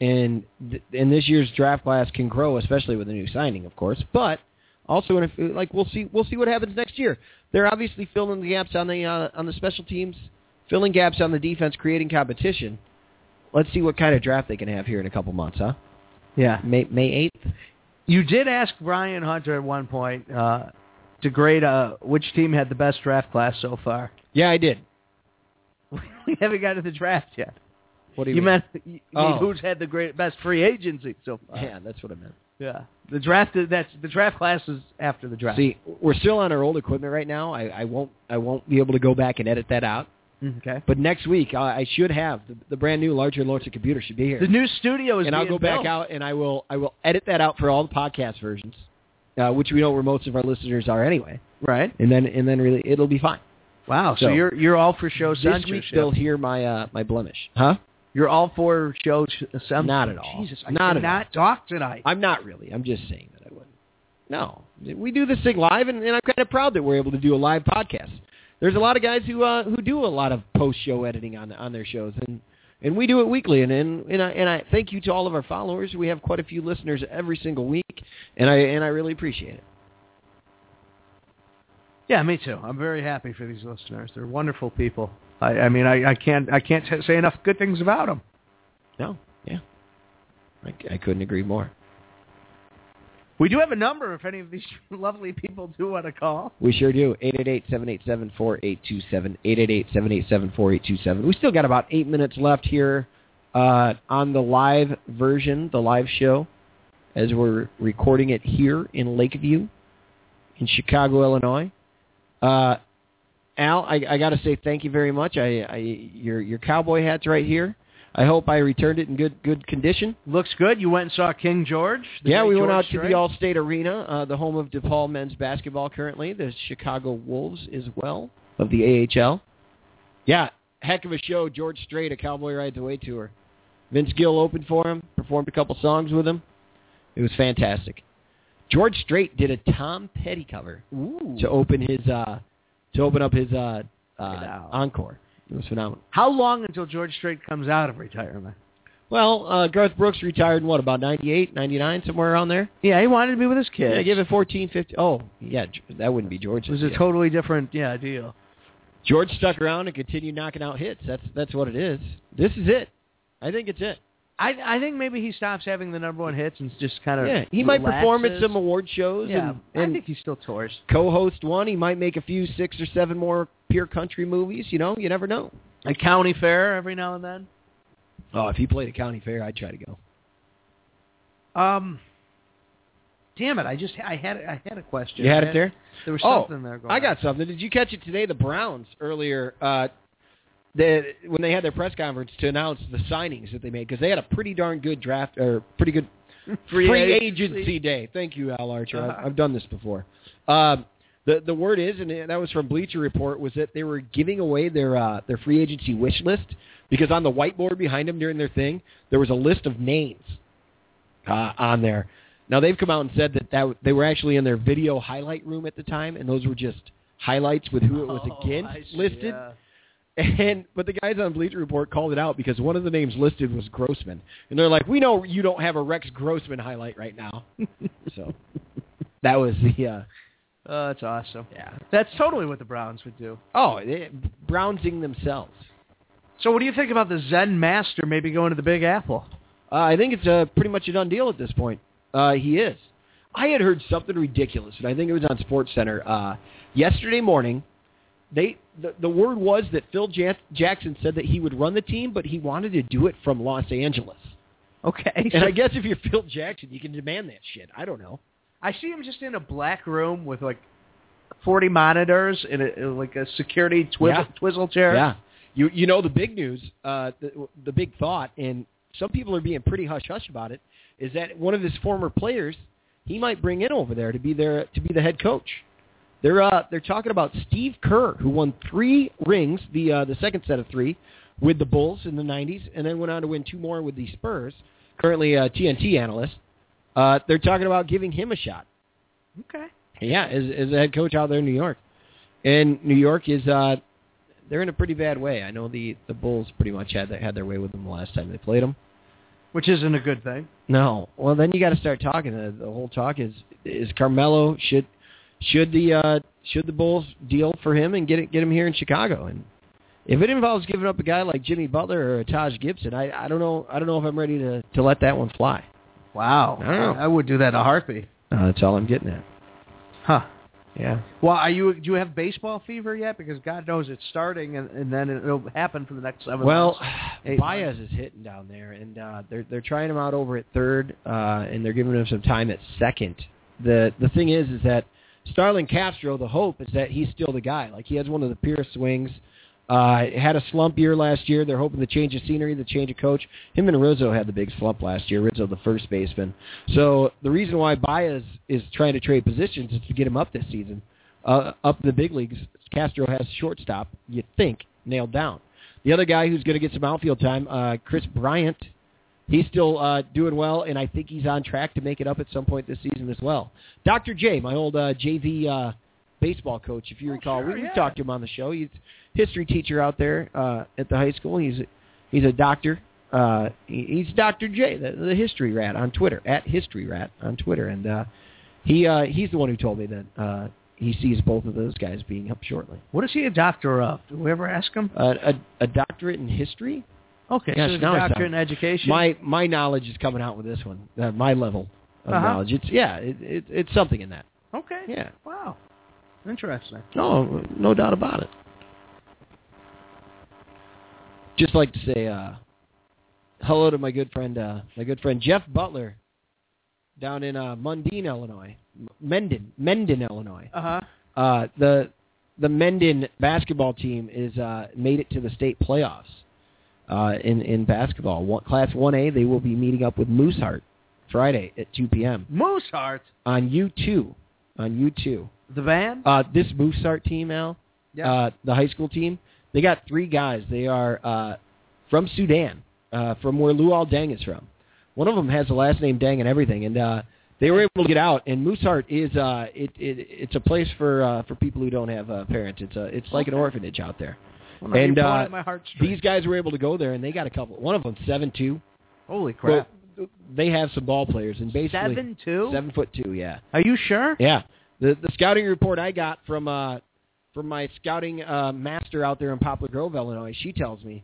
B: and th- and this year's draft class can grow, especially with a new signing, of course. But also, if, like we'll see we'll see what happens next year. They're obviously filling the gaps on the uh, on the special teams, filling gaps on the defense, creating competition. Let's see what kind of draft they can have here in a couple months, huh?
C: Yeah.
B: May May eighth.
C: You did ask Brian Hunter at one point uh, to grade uh, which team had the best draft class so far.
B: Yeah, I did.
C: we haven't gotten to the draft yet.
B: What do
C: You,
B: you, mean?
C: meant you
B: Oh.
C: mean who's had the great best free agency so far?
B: yeah, that's what I meant.
C: Yeah. The draft is- that's the draft class is after the draft.
B: See, we're still on our old equipment right now. I, I won't I won't be able to go back and edit that out.
C: Mm-hmm. Okay.
B: But next week I, I should have the, the brand new larger larger computer should be here,
C: The new studio is
B: and I'll
C: being
B: go back
C: built.
B: out and I will I will edit that out for all the podcast versions, uh, which we know where most of our listeners are anyway.
C: Right.
B: And then and then really it'll be fine.
C: Wow. So,
B: So-
C: you're you're all for show
B: this week
C: censorship.
B: they'll hear my uh, my blemish, huh?
C: You're all for show sh- censorship.
B: Not at all.
C: Jesus, I
B: Not at all.
C: cannot talk tonight.
B: I'm not really. I'm just saying that I wouldn't. No, we do this thing live, and, and I'm kind of proud that we're able to do a live podcast. There's a lot of guys who uh, who do a lot of post show editing on on their shows, and and we do it weekly. And and and I, and I thank you to all of our followers. We have quite a few listeners every single week, and I and I really appreciate it.
C: Yeah, me too. I'm very happy for these listeners. They're wonderful people. I, I mean, I, I can't I can't t- say enough good things about them.
B: No, yeah, I, I couldn't agree more.
C: We do have a number if any of these lovely people do want to call.
B: We sure do. 888-787-4827. 888-787-4827. We still got about eight minutes left here uh, on the live version, the live show, as we're recording it here in Lakeview in Chicago, Illinois. Uh, Al, I, I got to say thank you very much. I, I your your cowboy hat's right here. I hope I returned it in good good condition.
C: Looks good. You went and saw King George. the
B: Yeah,
C: great
B: we went
C: George
B: out to
C: Strait.
B: the Allstate Arena, uh, the home of DePaul men's basketball currently, the Chicago Wolves as well of the AHL. Yeah, heck of a show. George Strait, a Cowboy Rides Away tour. Vince Gill opened for him, performed a couple songs with him. It was fantastic. George Strait did a Tom Petty cover
C: Ooh.
B: to open his uh, to open up his uh, uh,
C: out.
B: encore. It was phenomenal.
C: How long until George Strait comes out of retirement?
B: Well, uh, Garth Brooks retired in what about 98, 99, somewhere around there.
C: Yeah, he wanted to be with his kids.
B: Yeah, give it 14, 15. Oh, yeah, G- that wouldn't be George.
C: it was a
B: Yeah.
C: totally different yeah deal.
B: George stuck around and continued knocking out hits. That's that's what it is. This is it. I think it's it.
C: I I think maybe he stops having the number one hits and just kind of
B: Yeah, he might perform at some award shows
C: Yeah,
B: and,
C: I
B: and
C: think he still tours.
B: co-host one. He might make a few six or seven more pure country movies. You know, you never know.
C: A county fair every now and then.
B: Oh, if he played a county fair, I'd try to go.
C: Um, damn it! I just I had I had a question.
B: You had
C: I
B: it there.
C: There was
B: Oh,
C: something there going.
B: I
C: on.
B: got something. Did you catch it today? The Browns earlier, uh, the, when they had their press conference to announce the signings that they made, because they had a pretty darn good draft or pretty good free, agency. day. Thank you, Al Archer. I've,
C: Uh-huh.
B: I've done this before. Um, the the word is, and that was from Bleacher Report, was that they were giving away their uh, their free agency wish list because on the whiteboard behind them during their thing there was a list of names uh, on there. Now they've come out and said that, that they were actually in their video highlight room at the time, and those were just highlights with who it was
C: Oh,
B: against
C: I see,
B: listed.
C: yeah.
B: And but the guys on Bleacher Report called it out because one of the names listed was Grossman, and they're like, "We know you don't have a Rex Grossman highlight right now." so that was the uh,
C: Oh, that's awesome.
B: yeah.
C: That's totally what the Browns would do.
B: Oh, they, Brownsing themselves.
C: So, what do you think about the Zen Master maybe going to the Big Apple?
B: Uh, I think it's uh, pretty much a done deal at this point. Uh, he is. I had heard something ridiculous, and I think it was on Sports Center uh, yesterday morning. They the, the word was that Phil Jan- Jackson said that he would run the team, but he wanted to do it from Los Angeles.
C: Okay, so
B: And I guess if you're Phil Jackson, you can demand that shit. I don't know.
C: I see him just in a black room with like forty monitors in a, like a security twizzle,
B: Yeah.
C: twizzle chair.
B: Yeah. You you know the big news, uh, the, the big thought, and some people are being pretty hush hush about it, is that one of his former players he might bring in over there to be their to be the head coach. They're uh, they're talking about Steve Kerr, who won three rings, the uh, the second set of three, with the Bulls in the '90s, and then went on to win two more with the Spurs. Currently a TNT analyst. Uh, they're talking about giving him a shot.
C: Okay.
B: Yeah, as, as a head coach out there in New York, and New York is uh, they're in a pretty bad way. I know the the Bulls pretty much had had their way with them the last time they played them.
C: Which isn't a good thing.
B: No, well then you got to start talking. The, the whole talk is is Carmelo should should the uh, should the Bulls deal for him and get it, get him here in Chicago and. If it involves giving up a guy like Jimmy Butler or Taj Gibson, I, I don't know. I don't know if I'm ready to, to let that one fly.
C: Wow.
B: I don't know.
C: I would do that in a heartbeat.
B: Uh, that's all I'm getting at.
C: Huh.
B: Yeah.
C: Well, are you? Do you have baseball fever yet? Because God knows it's starting, and, and then it'll happen for the next seven.
B: Well,
C: months. Eight
B: Baez is hitting down there, and uh, they're they're trying him out over at third, uh, and they're giving him some time at second. the The thing is, is that Starling Castro, the hope is that he's still the guy. Like he has one of the purest swings. Uh, had a slump year last year. They're hoping the change of scenery, the change of coach. Him and Rizzo had the big slump last year. Rizzo, the first baseman. So the reason why Baez is trying to trade positions is to get him up this season, uh, up in the big leagues. Castro has shortstop. You think nailed down. The other guy who's going to get some outfield time, uh, Chris Bryant, he's still uh, doing well, and I think he's on track to make it up at some point this season as well. Dr. J, my old uh, JV uh, baseball coach, if you recall,
C: Oh, sure,
B: we, we
C: yeah.
B: talked to him on the show. He's a history teacher out there uh, at the high school. He's he's a doctor. Uh, he, he's Dr. J, the, the history rat on Twitter at history rat on Twitter, and uh, he uh, he's the one who told me that uh, he sees both of those guys being up shortly.
C: What is he a doctor of? Do we ever ask him?
B: Uh, a, a doctorate in history.
C: Okay,
B: Gosh,
C: so he's
B: now
C: a
B: it's
C: doctor
B: time.
C: in education.
B: My my knowledge is coming out with this one. Uh, my level of
C: Uh-huh.
B: knowledge. It's yeah, it, it, it's something in that.
C: okay.
B: Yeah.
C: Wow. Interesting.
B: No, no doubt about it. Just like to say uh, hello to my good friend, uh, my good friend Jeff Butler, down in uh, Mundine, Illinois, M- Mendon, Mendon, Illinois.
C: Uh huh.
B: Uh, the the Mendon basketball team is uh, made it to the state playoffs uh, in in basketball. One, Class One A, they will be meeting up with Mooseheart Friday at two p.m.
C: Mozart,
B: on U two on U two.
C: the van.
B: Uh, this Mooseheart team, Al,
C: Yeah.
B: uh, the high school team, they got three guys. They are uh, from Sudan, uh, from where Luol Deng is from. One of them has the last name Dang and everything, and uh, they were able to get out. And Mooseheart is uh, it, it it's a place for uh, for people who don't have uh, parents. It's a, it's like an orphanage out there.
C: Well, now you're
B: and,
C: pulling
B: uh,
C: at my heartstrings.
B: These guys were able to go there, and they got a couple. One of them seven two.
C: Holy crap.
B: Well, they have some ball players, and basically
C: Seven two.
B: seven foot two. Yeah.
C: Are you sure?
B: Yeah. The the scouting report I got from uh from my scouting uh master out there in Poplar Grove, Illinois, she tells me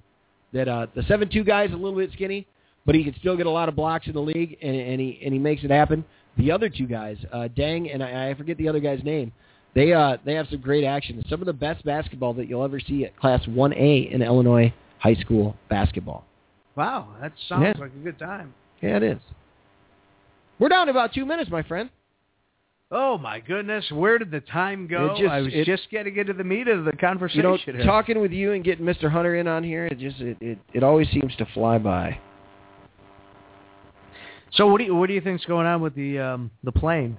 B: that uh the seven two guy's a little bit skinny, but he can still get a lot of blocks in the league and, and he and he makes it happen. The other two guys, uh Dang and I, I forget the other guy's name, they uh they have some great action. Some of the best basketball that you'll ever see at class one A in Illinois high school basketball.
C: Wow, that sounds
B: Yeah.
C: like a good time.
B: Yeah, it is. We're down to about two minutes, my friend.
C: Oh my goodness, where did the time go?
B: It just-
C: I was
B: it-
C: just getting into the meat of the
B: you
C: conversation.
B: know,
C: here.
B: talking with you and getting Mr. Hunter in on here, it just it, it, it always seems to fly by.
C: so what do you what do you think's going on with the um, the plane?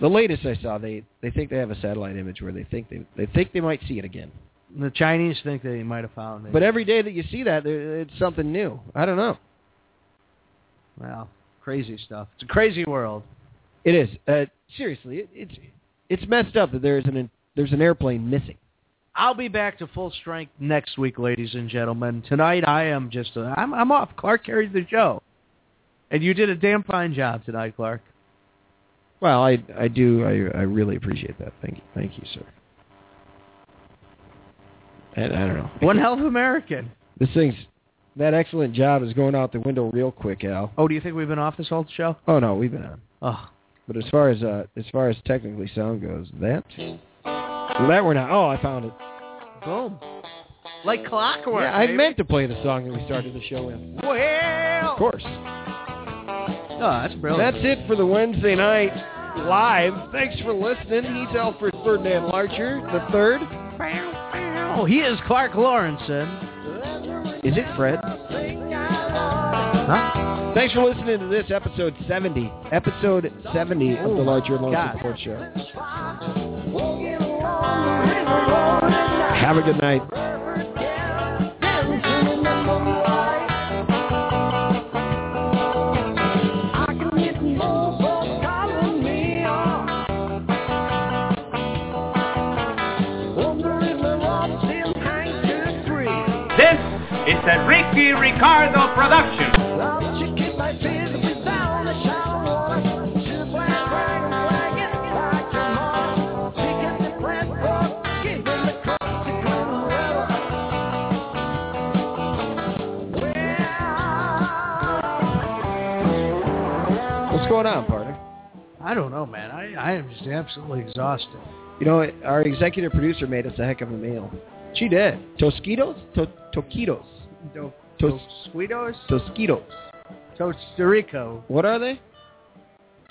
B: The latest I saw, they they think they have a satellite image where they think they they think they might see it again.
C: The Chinese think they might have found it.
B: But every day that you see that, there, it's something new. I don't know.
C: well, crazy stuff. It's a crazy world.
B: It is uh, seriously, it, it's it's messed up that there's an there's an airplane missing.
C: I'll be back to full strength next week, ladies and gentlemen. Tonight I am just i am I'm I'm off. Clark carried the show, and you did a damn fine job tonight, Clark.
B: Well, I I do I I really appreciate that. Thank you, thank you, sir. And I don't know.
C: One hell of American.
B: This thing's that excellent job is going out the window real quick, Al.
C: Oh, do you think we've been off this whole show?
B: Oh no, we've been on.
C: Oh,
B: But as far as uh, as far as technically sound goes, that that we're not. Oh, I found it.
C: boom, like clockwork.
B: Yeah, I
C: baby.
B: Oh. meant to play the song that we started the show with.
C: Well,
B: Of course.
C: Oh, that's brilliant.
E: That's it for the Wednesday night live. Thanks for listening. He's Alfred Ferdinand Larcher the third.
C: oh, he is Clark Lawrenson.
B: Is it Fred?
C: Huh?
B: Thanks for listening to this episode 70. Episode 70 of the
C: Oh,
B: Larger and Lonesome
C: God.
B: Sports Show. Have a good night.
F: This is a Ricky Ricardo production.
B: What's going on, partner?
C: I don't know, man. I, I am just absolutely exhausted.
B: You know, our executive producer made us a heck of a meal.
C: She did.
B: Tosquitos? To- toquitos.
C: Dos
B: Tos-
C: Sweetos?
B: Tosquitos.
C: Costa Rico.
B: What are they?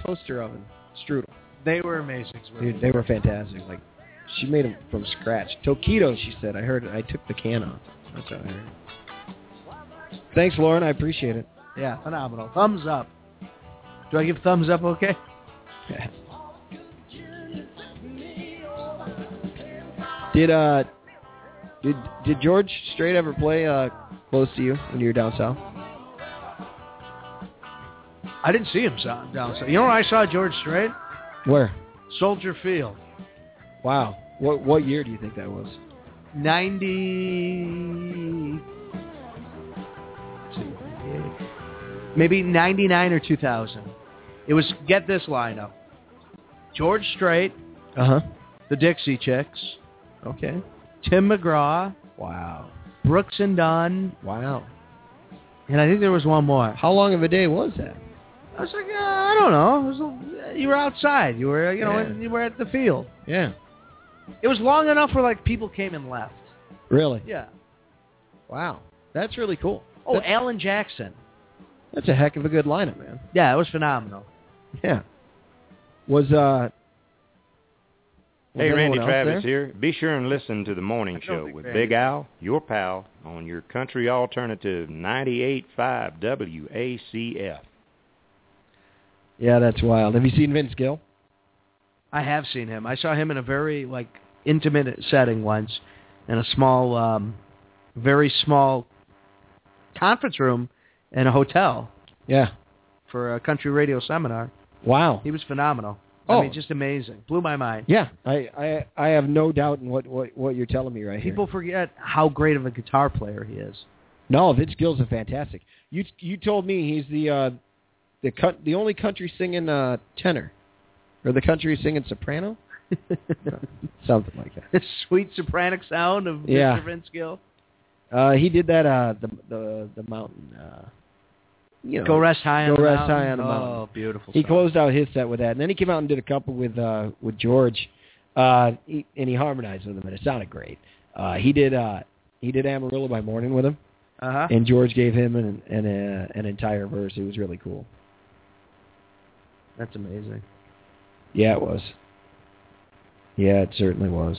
B: Toaster oven. Strudel.
C: They were amazing. Sweetos.
B: Dude, they were fantastic. Like, she made them from scratch. Toquitos, she said. I heard it. I took the can off. That's what I heard. Thanks, Lauren. I appreciate it.
C: Yeah, phenomenal. Thumbs up. Do I give thumbs up okay?
B: did uh, did did George Strait ever play uh close to you when you were down south?
C: I didn't see him so- down so You know where I saw George Strait?
B: Where?
C: Soldier Field.
B: Wow. What what year do you think that was?
C: 90... Maybe 99 or 2000. It was, get this lineup. George Strait,
B: Uh huh.
C: the Dixie Chicks,
B: Okay.
C: Tim McGraw,
B: Wow.
C: Brooks and Dunn,
B: Wow.
C: and I think there was one more.
B: How long of a day was that?
C: I was like, uh, I don't know. It was a, you were outside. You were, you know,
B: Yeah.
C: you were at the field.
B: Yeah.
C: It was long enough where like people came and left.
B: Really?
C: Yeah.
B: Wow. That's really cool.
C: Oh,
B: that's,
C: Alan Jackson.
B: that's a heck of a good lineup, man.
C: Yeah, it was phenomenal.
B: Yeah. Was uh. was
G: Hey, Randy
B: anyone else
G: Travis
B: there?
G: here. Be sure and listen to the morning show with Big Al, your pal, on your country alternative 98.5 WACF.
B: Yeah, that's wild. Have you seen Vince Gill?
C: I have seen him. I saw him in a very like intimate setting once, in a small, um, very small conference room in a hotel
B: Yeah.
C: for a country radio seminar.
B: Wow.
C: He was phenomenal.
B: Oh.
C: I mean, just amazing. Blew my mind.
B: Yeah, I, I I have no doubt in what, what, what you're telling me right
C: People
B: here.
C: forget how great of a guitar player he is.
B: No, Vince Gill's a fantastic. You you told me he's the uh, the co- the only country singing uh, tenor, or the country singing soprano, something like that.
C: This sweet sopranic sound of
B: Yeah.
C: Mr. Vince Gill.
B: Uh, he did that uh, the the the mountain. Uh, you know,
C: Go rest high on
B: Go
C: the
B: rest
C: mountain.
B: high on the
C: Oh,
B: mountain.
C: beautiful.
B: he
C: song.
B: closed out his set with that, and then he came out and did a couple with uh, with George, uh, he, and he harmonized with him, and it sounded great. Uh, he did uh, he did Amarillo by Morning with him.
C: Uh-huh.
B: and George gave him an an, uh, an entire verse. It was really cool.
C: That's amazing.
B: Yeah, it was. Yeah, it certainly was.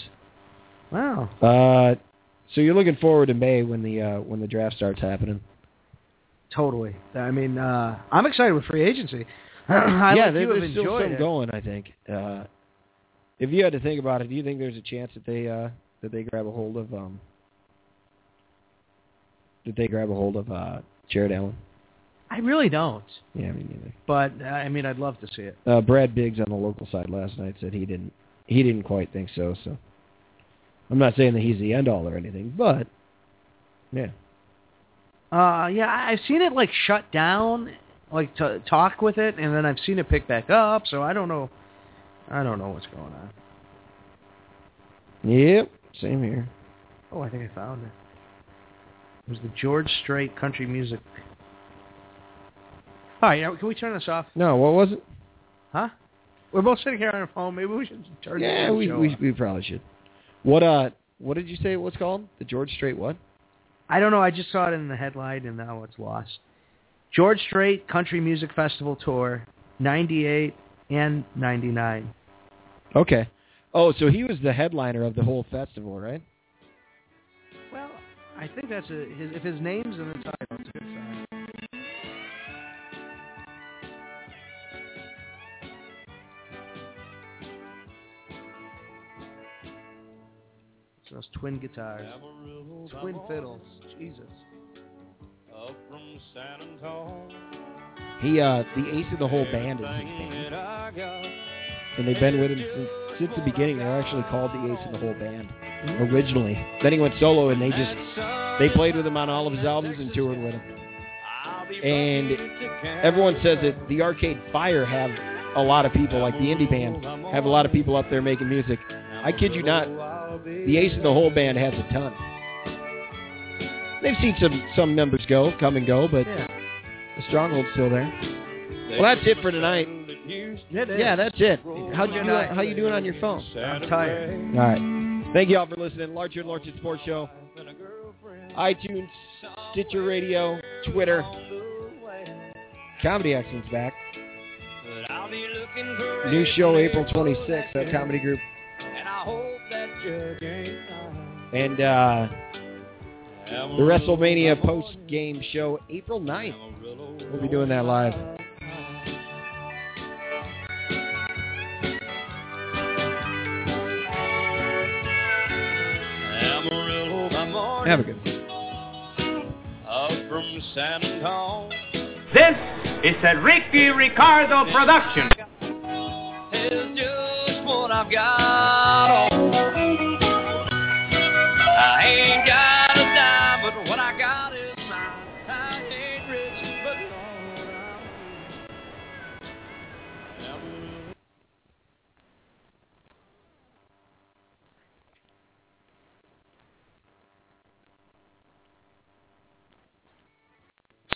C: Wow.
B: Uh, so you're looking forward to May when the uh, when the draft starts happening.
C: Totally. I mean, uh, I'm excited with free agency. I
B: yeah,
C: like
B: there-
C: you have
B: there's still
C: enjoyed
B: some
C: it.
B: going. I think. Uh, if you had to think about it, do you think there's a chance that they uh, that they grab a hold of um, that they grab a hold of uh, Jared Allen?
C: I really don't.
B: Yeah, me neither.
C: But uh, I mean, I'd love to see it.
B: Uh, Brad Biggs on the local side last night said he didn't he didn't quite think so. So I'm not saying that he's the end all or anything, but yeah,
C: Uh, yeah, I- I've seen it like shut down, like to talk with it, and then I've seen it pick back up. So I don't know. I don't know what's going on.
B: yep, same here.
C: Oh, I think I found it. It was the George Strait Country Music. All right, now, can we turn this off?
B: No, what was it?
C: Huh? We're both sitting here on our phone. Maybe we should turn this
B: Yeah,
C: damn
B: we
C: show
B: we,
C: off.
B: we probably should. What uh, what did you say it was called? The George Strait what?
C: I don't know. I just saw it in the headline, and now it's lost. George Strait Country Music Festival Tour, 98 and 99.
B: Okay. Oh, so he was the headliner of the whole festival, right?
C: Well, I think that's a, his, if his name's in the title, it's a good sign. So it's twin guitars, twin fiddles. Jesus.
B: He, uh, the ace of the whole band is his band. And they've been with him since, since the beginning. They were actually called the ace of the whole band originally. Then he went solo and they just, they played with him on all of his albums and toured with him. And everyone says that the Arcade Fire have a lot of people, like the indie band, have a lot of people up there making music. I kid you not, the ace of the whole band has a ton. They've seen some some members go, come and go, but
C: Yeah.
B: the stronghold's still there. Well, that's it for tonight. Yeah, that's it. How you do, how you doing on your phone?
C: I'm tired.
B: All right. Thank you all for listening. Larcher and Larcher Sports Show, iTunes, Stitcher Radio, Twitter. Comedy Action's back. New show April 26th at Comedy Group. And uh, the WrestleMania post game show April 9th. We'll be doing that live. Have a good one.
F: This is a Ricky Ricardo production.
H: is just what I've got.